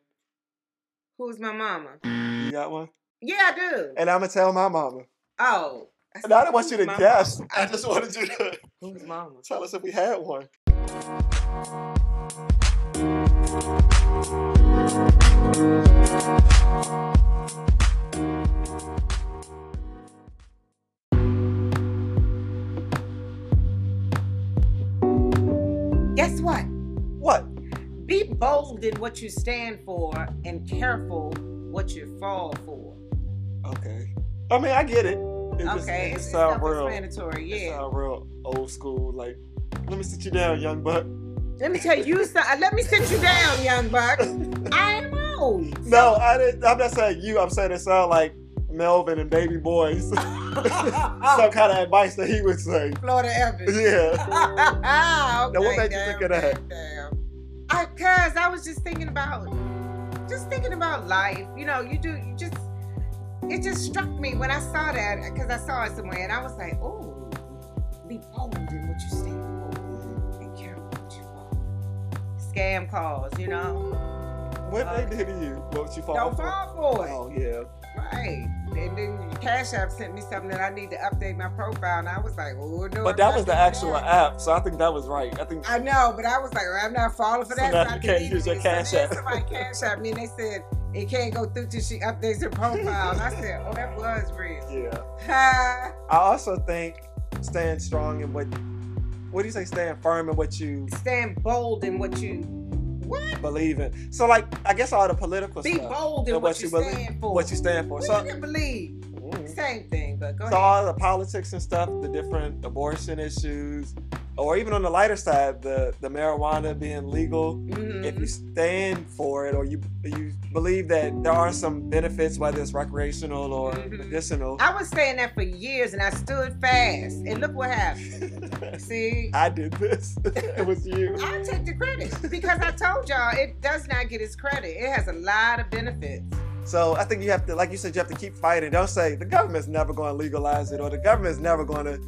S1: Who's my mama?
S2: you got one?
S1: Yeah, I do.
S2: And I'm going to tell my mama.
S1: Oh.
S2: And I didn't want you to
S1: Who's my-
S2: guess. I just wanted you to
S1: Who's mama?
S2: tell us if we had one.
S1: Guess what?
S2: What?
S1: Be bold in what you stand for and careful what you fall for.
S2: Okay. I mean, I get it. It just,
S1: okay, it's,
S2: it just
S1: it's
S2: sound real. It
S1: self-explanatory. Yeah.
S2: sound real old school. Like, let me sit you down, young buck.
S1: Let me tell you something. Let me sit you down, young buck. I am old.
S2: No, I didn't. I'm not saying you. I'm saying it sound like Melvin and Baby Boys.
S1: Oh.
S2: Some kind of advice that he would say.
S1: Florida Evans.
S2: Yeah.
S1: now,
S2: what made you think of that?
S1: I, cause I was just thinking about, just thinking about life. You know, you do, you just, it just struck me when I saw that, cause I saw it somewhere, and I was like, oh, be bold in what you stand for, and careful what you want. Scam calls, you know,
S2: What they did to you? What would you fall
S1: Uh, don't
S2: for?
S1: fall for it.
S2: Oh yeah.
S1: Right. And then Cash App sent me something that I need to update my profile, and I was like, oh no. I'm
S2: But that
S1: not
S2: was the
S1: doing
S2: actual
S1: that.
S2: app, so I think that was right. I think
S1: I know, but I was like, well, I'm not falling for
S2: So
S1: that.
S2: now
S1: so I
S2: you
S1: deleted
S2: can't use
S1: it.
S2: your Cash
S1: so then
S2: App.
S1: Somebody cash at me and they said it can't go through till she updates her profile. And I said, oh, that was real.
S2: yeah.
S1: Ha.
S2: I also think staying strong in what what do you say staying firm in what you
S1: Stand bold in what you what?
S2: believe in. So like I guess all the political
S1: Be
S2: stuff.
S1: bold in
S2: And
S1: what,
S2: what
S1: you
S2: you believe-
S1: stand for.
S2: What you stand for.
S1: what
S2: So,
S1: you can believe.
S2: Mm.
S1: Same thing, but go
S2: so
S1: ahead.
S2: all the politics and stuff, the different abortion issues, or even on the lighter side, the, the marijuana being legal.
S1: Mhm.
S2: If you stand for it or you you believe that there are some benefits, whether it's recreational or
S1: Mhm.
S2: medicinal.
S1: I was saying that for years and I stood fast. And look what happened. See?
S2: I did this. it was you.
S1: I take the credit because I told y'all it does not get its credit. It has a lot of benefits.
S2: So I think you have to, like you said, you have to keep fighting. Don't say the government's never going to legalize it or the government's never going to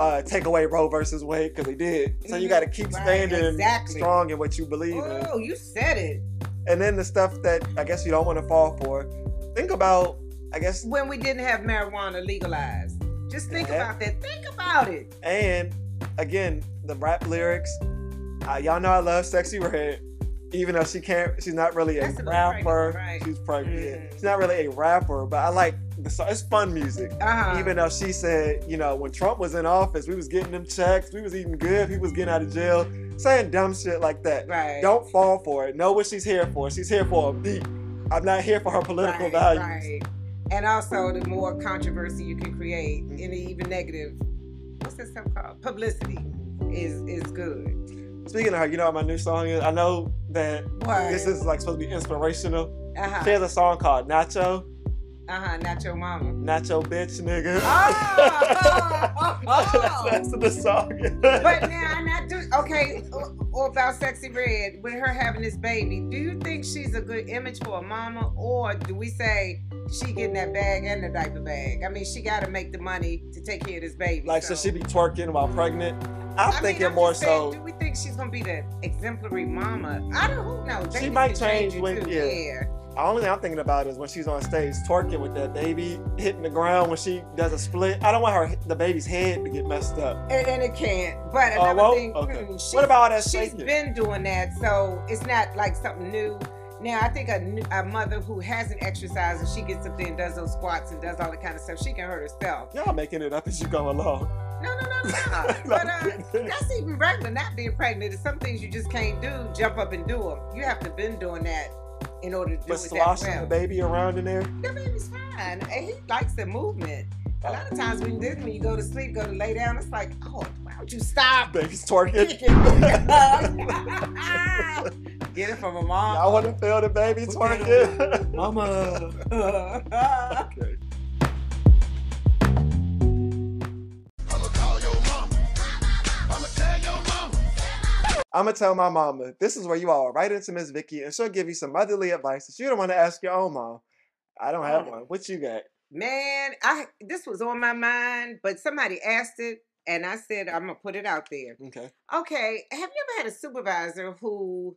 S2: uh, take away Roe versus Wade because they did. So you
S1: Mhm.
S2: got to keep
S1: Right,
S2: standing
S1: exactly.
S2: strong in what you believe in.
S1: Oh, you said it.
S2: And then the stuff that I guess you don't want to fall for. Think about, I guess,
S1: When we didn't have marijuana legalized. Just think
S2: Yeah.
S1: about that. Think about it.
S2: and again, the rap lyrics. Uh, y'all know I love Sexy Red. Even though she can't, she's not really a
S1: That's a little pregnant,
S2: rapper.
S1: right.
S2: She's pregnant.
S1: Mhm.
S2: Yeah. She's not really a rapper, but I like the song. It's fun music.
S1: Uh-huh.
S2: even though she said, you know, when Trump was in office, we was getting them checks, we was eating good, people was getting out of jail, saying dumb shit like that.
S1: right.
S2: Don't fall for it. Know what she's here for. She's here for a beat. I'm not here for her political
S1: right,
S2: values.
S1: Right. And also the more controversy you can create
S2: Mhm.
S1: and even negative what's that stuff called? Publicity is is good.
S2: Speaking of her, you know what my new song is? I know that
S1: What?
S2: this is like supposed to be inspirational. She
S1: uh-huh.
S2: has a song called Nacho,
S1: Uh-huh. Not your mama.
S2: Nacho Bitch Nigga.
S1: Oh, oh, oh, oh.
S2: that's, that's the song.
S1: but now I'm not doing okay. Or, or about sexy red with her having this baby. Do you think she's a good image for a mama, or do we say she getting that bag and the diaper bag? I mean, she got to make the money to take care of this baby.
S2: like, so, she be twerking while pregnant? I'm
S1: I mean,
S2: thinking
S1: I'm
S2: more
S1: just saying,
S2: so.
S1: Do we think she's gonna be the exemplary mama? I don't who knows.
S2: She
S1: Babies
S2: might
S1: can
S2: change
S1: you
S2: when-
S1: too.
S2: yeah.
S1: yeah.
S2: The only thing I'm thinking about is when she's on stage twerking with that baby hitting the ground when she does a split. I don't want her the baby's head to get messed up.
S1: And, and it can't. But
S2: Oh,
S1: another
S2: well,
S1: thing,
S2: okay.
S1: hmm, she's-
S2: What about all that
S1: She's
S2: shaking?
S1: been doing that, so it's not like something new. Now, I think a, n- a mother who hasn't exercised and she gets up there and does those squats and does all that kind of stuff, she can hurt herself.
S2: Y'all making it up as you go along.
S1: No, no, no, no, no. but uh, that's even regular, not being pregnant. There's some things you just can't do, jump up and do them. You have to been doing that in order to do
S2: but
S1: it that
S2: sloshing the
S1: well.
S2: baby around in there.
S1: The baby's fine. And he likes the movement. A lot of times when, this, when you go to sleep, go to lay down, it's like, oh, why would you stop?
S2: Baby's twerking.
S1: Get it from a mom.
S2: I want to feel the baby
S1: Okay.
S2: twerking.
S1: Mama.
S2: okay. I'm gonna tell my mama, this is where you are. Write into Miss Vicky, and she'll give you some motherly advice that you don't want to ask your own mom. I don't have
S1: Oh.
S2: one. What you got?
S1: Man, I this was on my mind, but somebody asked it, and I said I'm gonna put it out there.
S2: Okay.
S1: Okay, have you ever had a supervisor who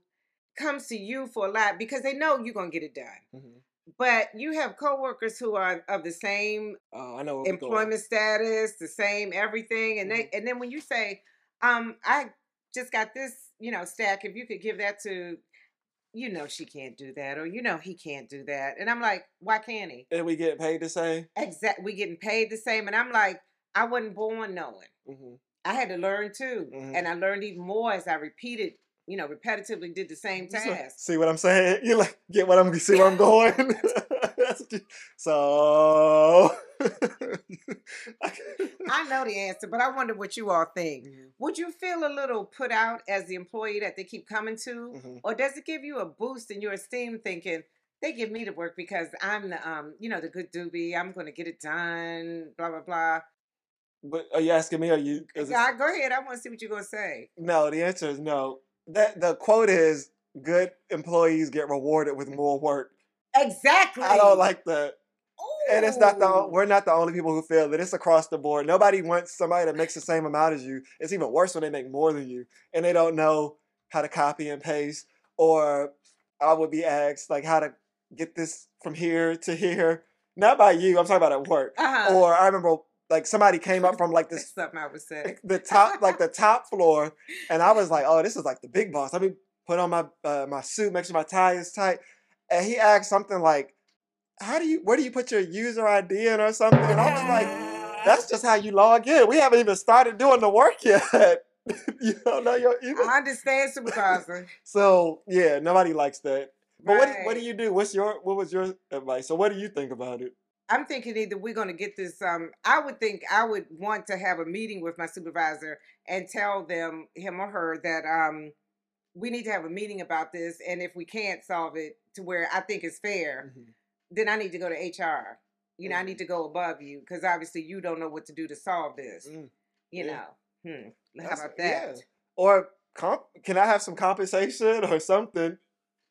S1: comes to you for a lot because they know you're gonna get it done,
S2: Mhm.
S1: but you have coworkers who are of the same
S2: Uh, I know. where we're Mm-hmm. going.
S1: employment status, the same everything, and they and then when you say, um, I just got this, you know, stack. If you could give that to, you know, she can't do that, or you know, he can't do that, and I'm like, why can't he?
S2: And we get paid the same.
S1: exact we getting paid the same and i'm like i wasn't born knowing
S2: Mhm.
S1: i had to learn too
S2: Mhm.
S1: and i learned even more as i repeated you know repetitively did the same
S2: So-
S1: task
S2: see what I'm saying? You like get what I'm see where I'm going? That's what you- so
S1: i know the answer but i wonder what you all think
S2: Mhm.
S1: would you feel a little put out as the employee that they keep coming to
S2: Mhm.
S1: or does it give you a boost in your esteem thinking they give me the work because i'm the um you know the good doobie i'm gonna get it done blah blah blah
S2: But are you asking me? Are you? is it-
S1: God, go ahead i want to see what you're gonna say
S2: no, the answer is no. That the quote is good employees get rewarded with more work.
S1: exactly
S2: I don't like that.
S1: Ooh.
S2: And it's not the we're not the only people who feel that it's across the board. Nobody wants somebody that makes the same amount as you. It's even worse when they make more than you and they don't know how to copy and paste. Or I would be asked like how to get this from here to here. Not by you. I'm talking about at work.
S1: uh-huh.
S2: Or I remember like somebody came up from like
S1: That's
S2: this
S1: something I would say.
S2: the top like the top floor, and I was like, oh, this is like the big boss. Let me put on my uh, my suit, make sure my tie is tight. And he asked something like, how do you where do you put your user ID in or something? And I was like, that's just how you log in. We haven't even started doing the work yet. you don't know your email.
S1: I understand supervisor.
S2: So yeah, nobody likes that. But what, do- what do
S1: Right.
S2: you do? What's your what was your advice? So what do you think about it?
S1: I'm thinking either we're gonna get this. Um, I would think I would want to have a meeting with my supervisor and tell them him or her that um we need to have a meeting about this, and if we can't solve it to where I think is fair,
S2: Mm-hmm.
S1: then I need to go to HR. You know, I need to
S2: Mhm.
S1: go above you because obviously you don't know what to do to solve this.
S2: Mm,
S1: You
S2: yeah.
S1: know, hmm. how
S2: That's-
S1: about
S2: yeah.
S1: that?
S2: Or comp, can I have some compensation or something?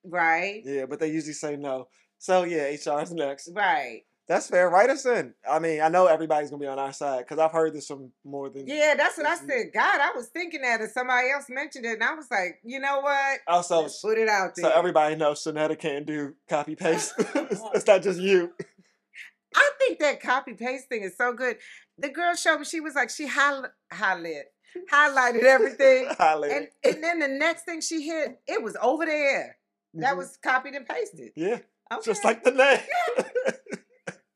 S1: Right,
S2: Yeah, but they usually say no. So yeah, HR's next.
S1: right.
S2: That's fair. Write us in. I mean, I know everybody's gonna be on our side because I've heard this from more than
S1: Yeah, that's what I
S2: Mhm.
S1: said. God, I was thinking that, and somebody else mentioned it, and I was like, you know what?
S2: also
S1: Let's put it out
S2: So
S1: there.
S2: everybody knows Sonetta can't do copy paste. it's, it's not just you.
S1: I think that copy paste thing is so good. The girl showed me she was like she highlight, highlight, highlighted everything, and
S2: Highlight.
S1: and then the next thing she hit, it was over there. That
S2: Mhm.
S1: was copied and pasted.
S2: yeah,
S1: Okay.
S2: just like the name.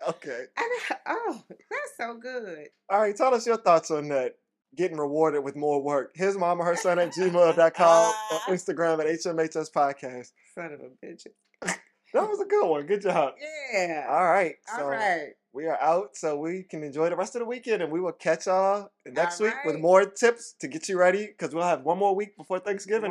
S2: okay.
S1: And I- oh, that's so good.
S2: All right. Tell us your thoughts on that. Getting rewarded with more work. His mama, her son at gmail.com or uh,
S1: Uh-huh.
S2: Instagram at HMHS Podcast.
S1: Son of a bitch.
S2: That was a good one. Good job.
S1: Yeah.
S2: All right. So
S1: All right.
S2: we are out so we can enjoy the rest of the weekend and we will catch y'all next
S1: All
S2: week with
S1: right.
S2: more tips to get you ready because we'll have one more week before Thanksgiving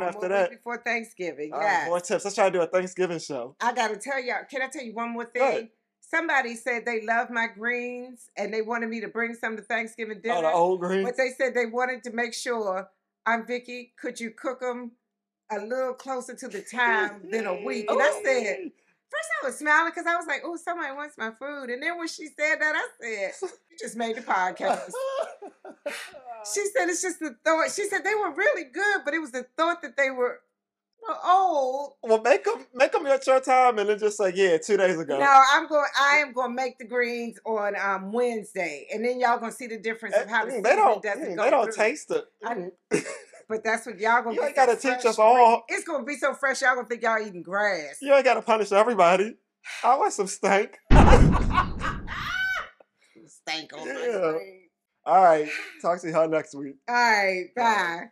S1: One more
S2: after
S1: week
S2: that.
S1: before Thanksgiving.
S2: All right,
S1: yes.
S2: more tips. Let's try to do a Thanksgiving show.
S1: I gotta tell y'all. Can I tell you one more thing?
S2: Go ahead.
S1: Somebody said they love my greens and they wanted me to bring some to Thanksgiving dinner.
S2: Oh, the old green.
S1: but they said they wanted to make sure I'm Vicky. Could you cook them a little closer to the time than a week? And I said,
S2: Oh.
S1: first I was smiling because I was like, oh, somebody wants my food. And then when she said that, I said, you just made the podcast. She said it's just the thought. She said they were really good, but it was the thought that they were were old
S2: well, make them make them your short time, and then just like yeah, two days ago.
S1: No, I'm going. I am going to make the greens on um, Wednesday, and then y'all going to see the difference
S2: Eh,
S1: of how the
S2: mm,
S1: seasoning
S2: they don't.
S1: doesn't
S2: mm,
S1: go
S2: They don't
S1: through.
S2: taste it.
S1: I-
S2: Mm.
S1: But that's what y'all going to.
S2: You ain't gotta teach us all.
S1: It's going to be so fresh. Y'all going to think y'all eating grass.
S2: You ain't gotta punish everybody. I want some stank.
S1: Stank on my
S2: Yeah.
S1: greens.
S2: All right, talk to y'all next week.
S1: All right, bye.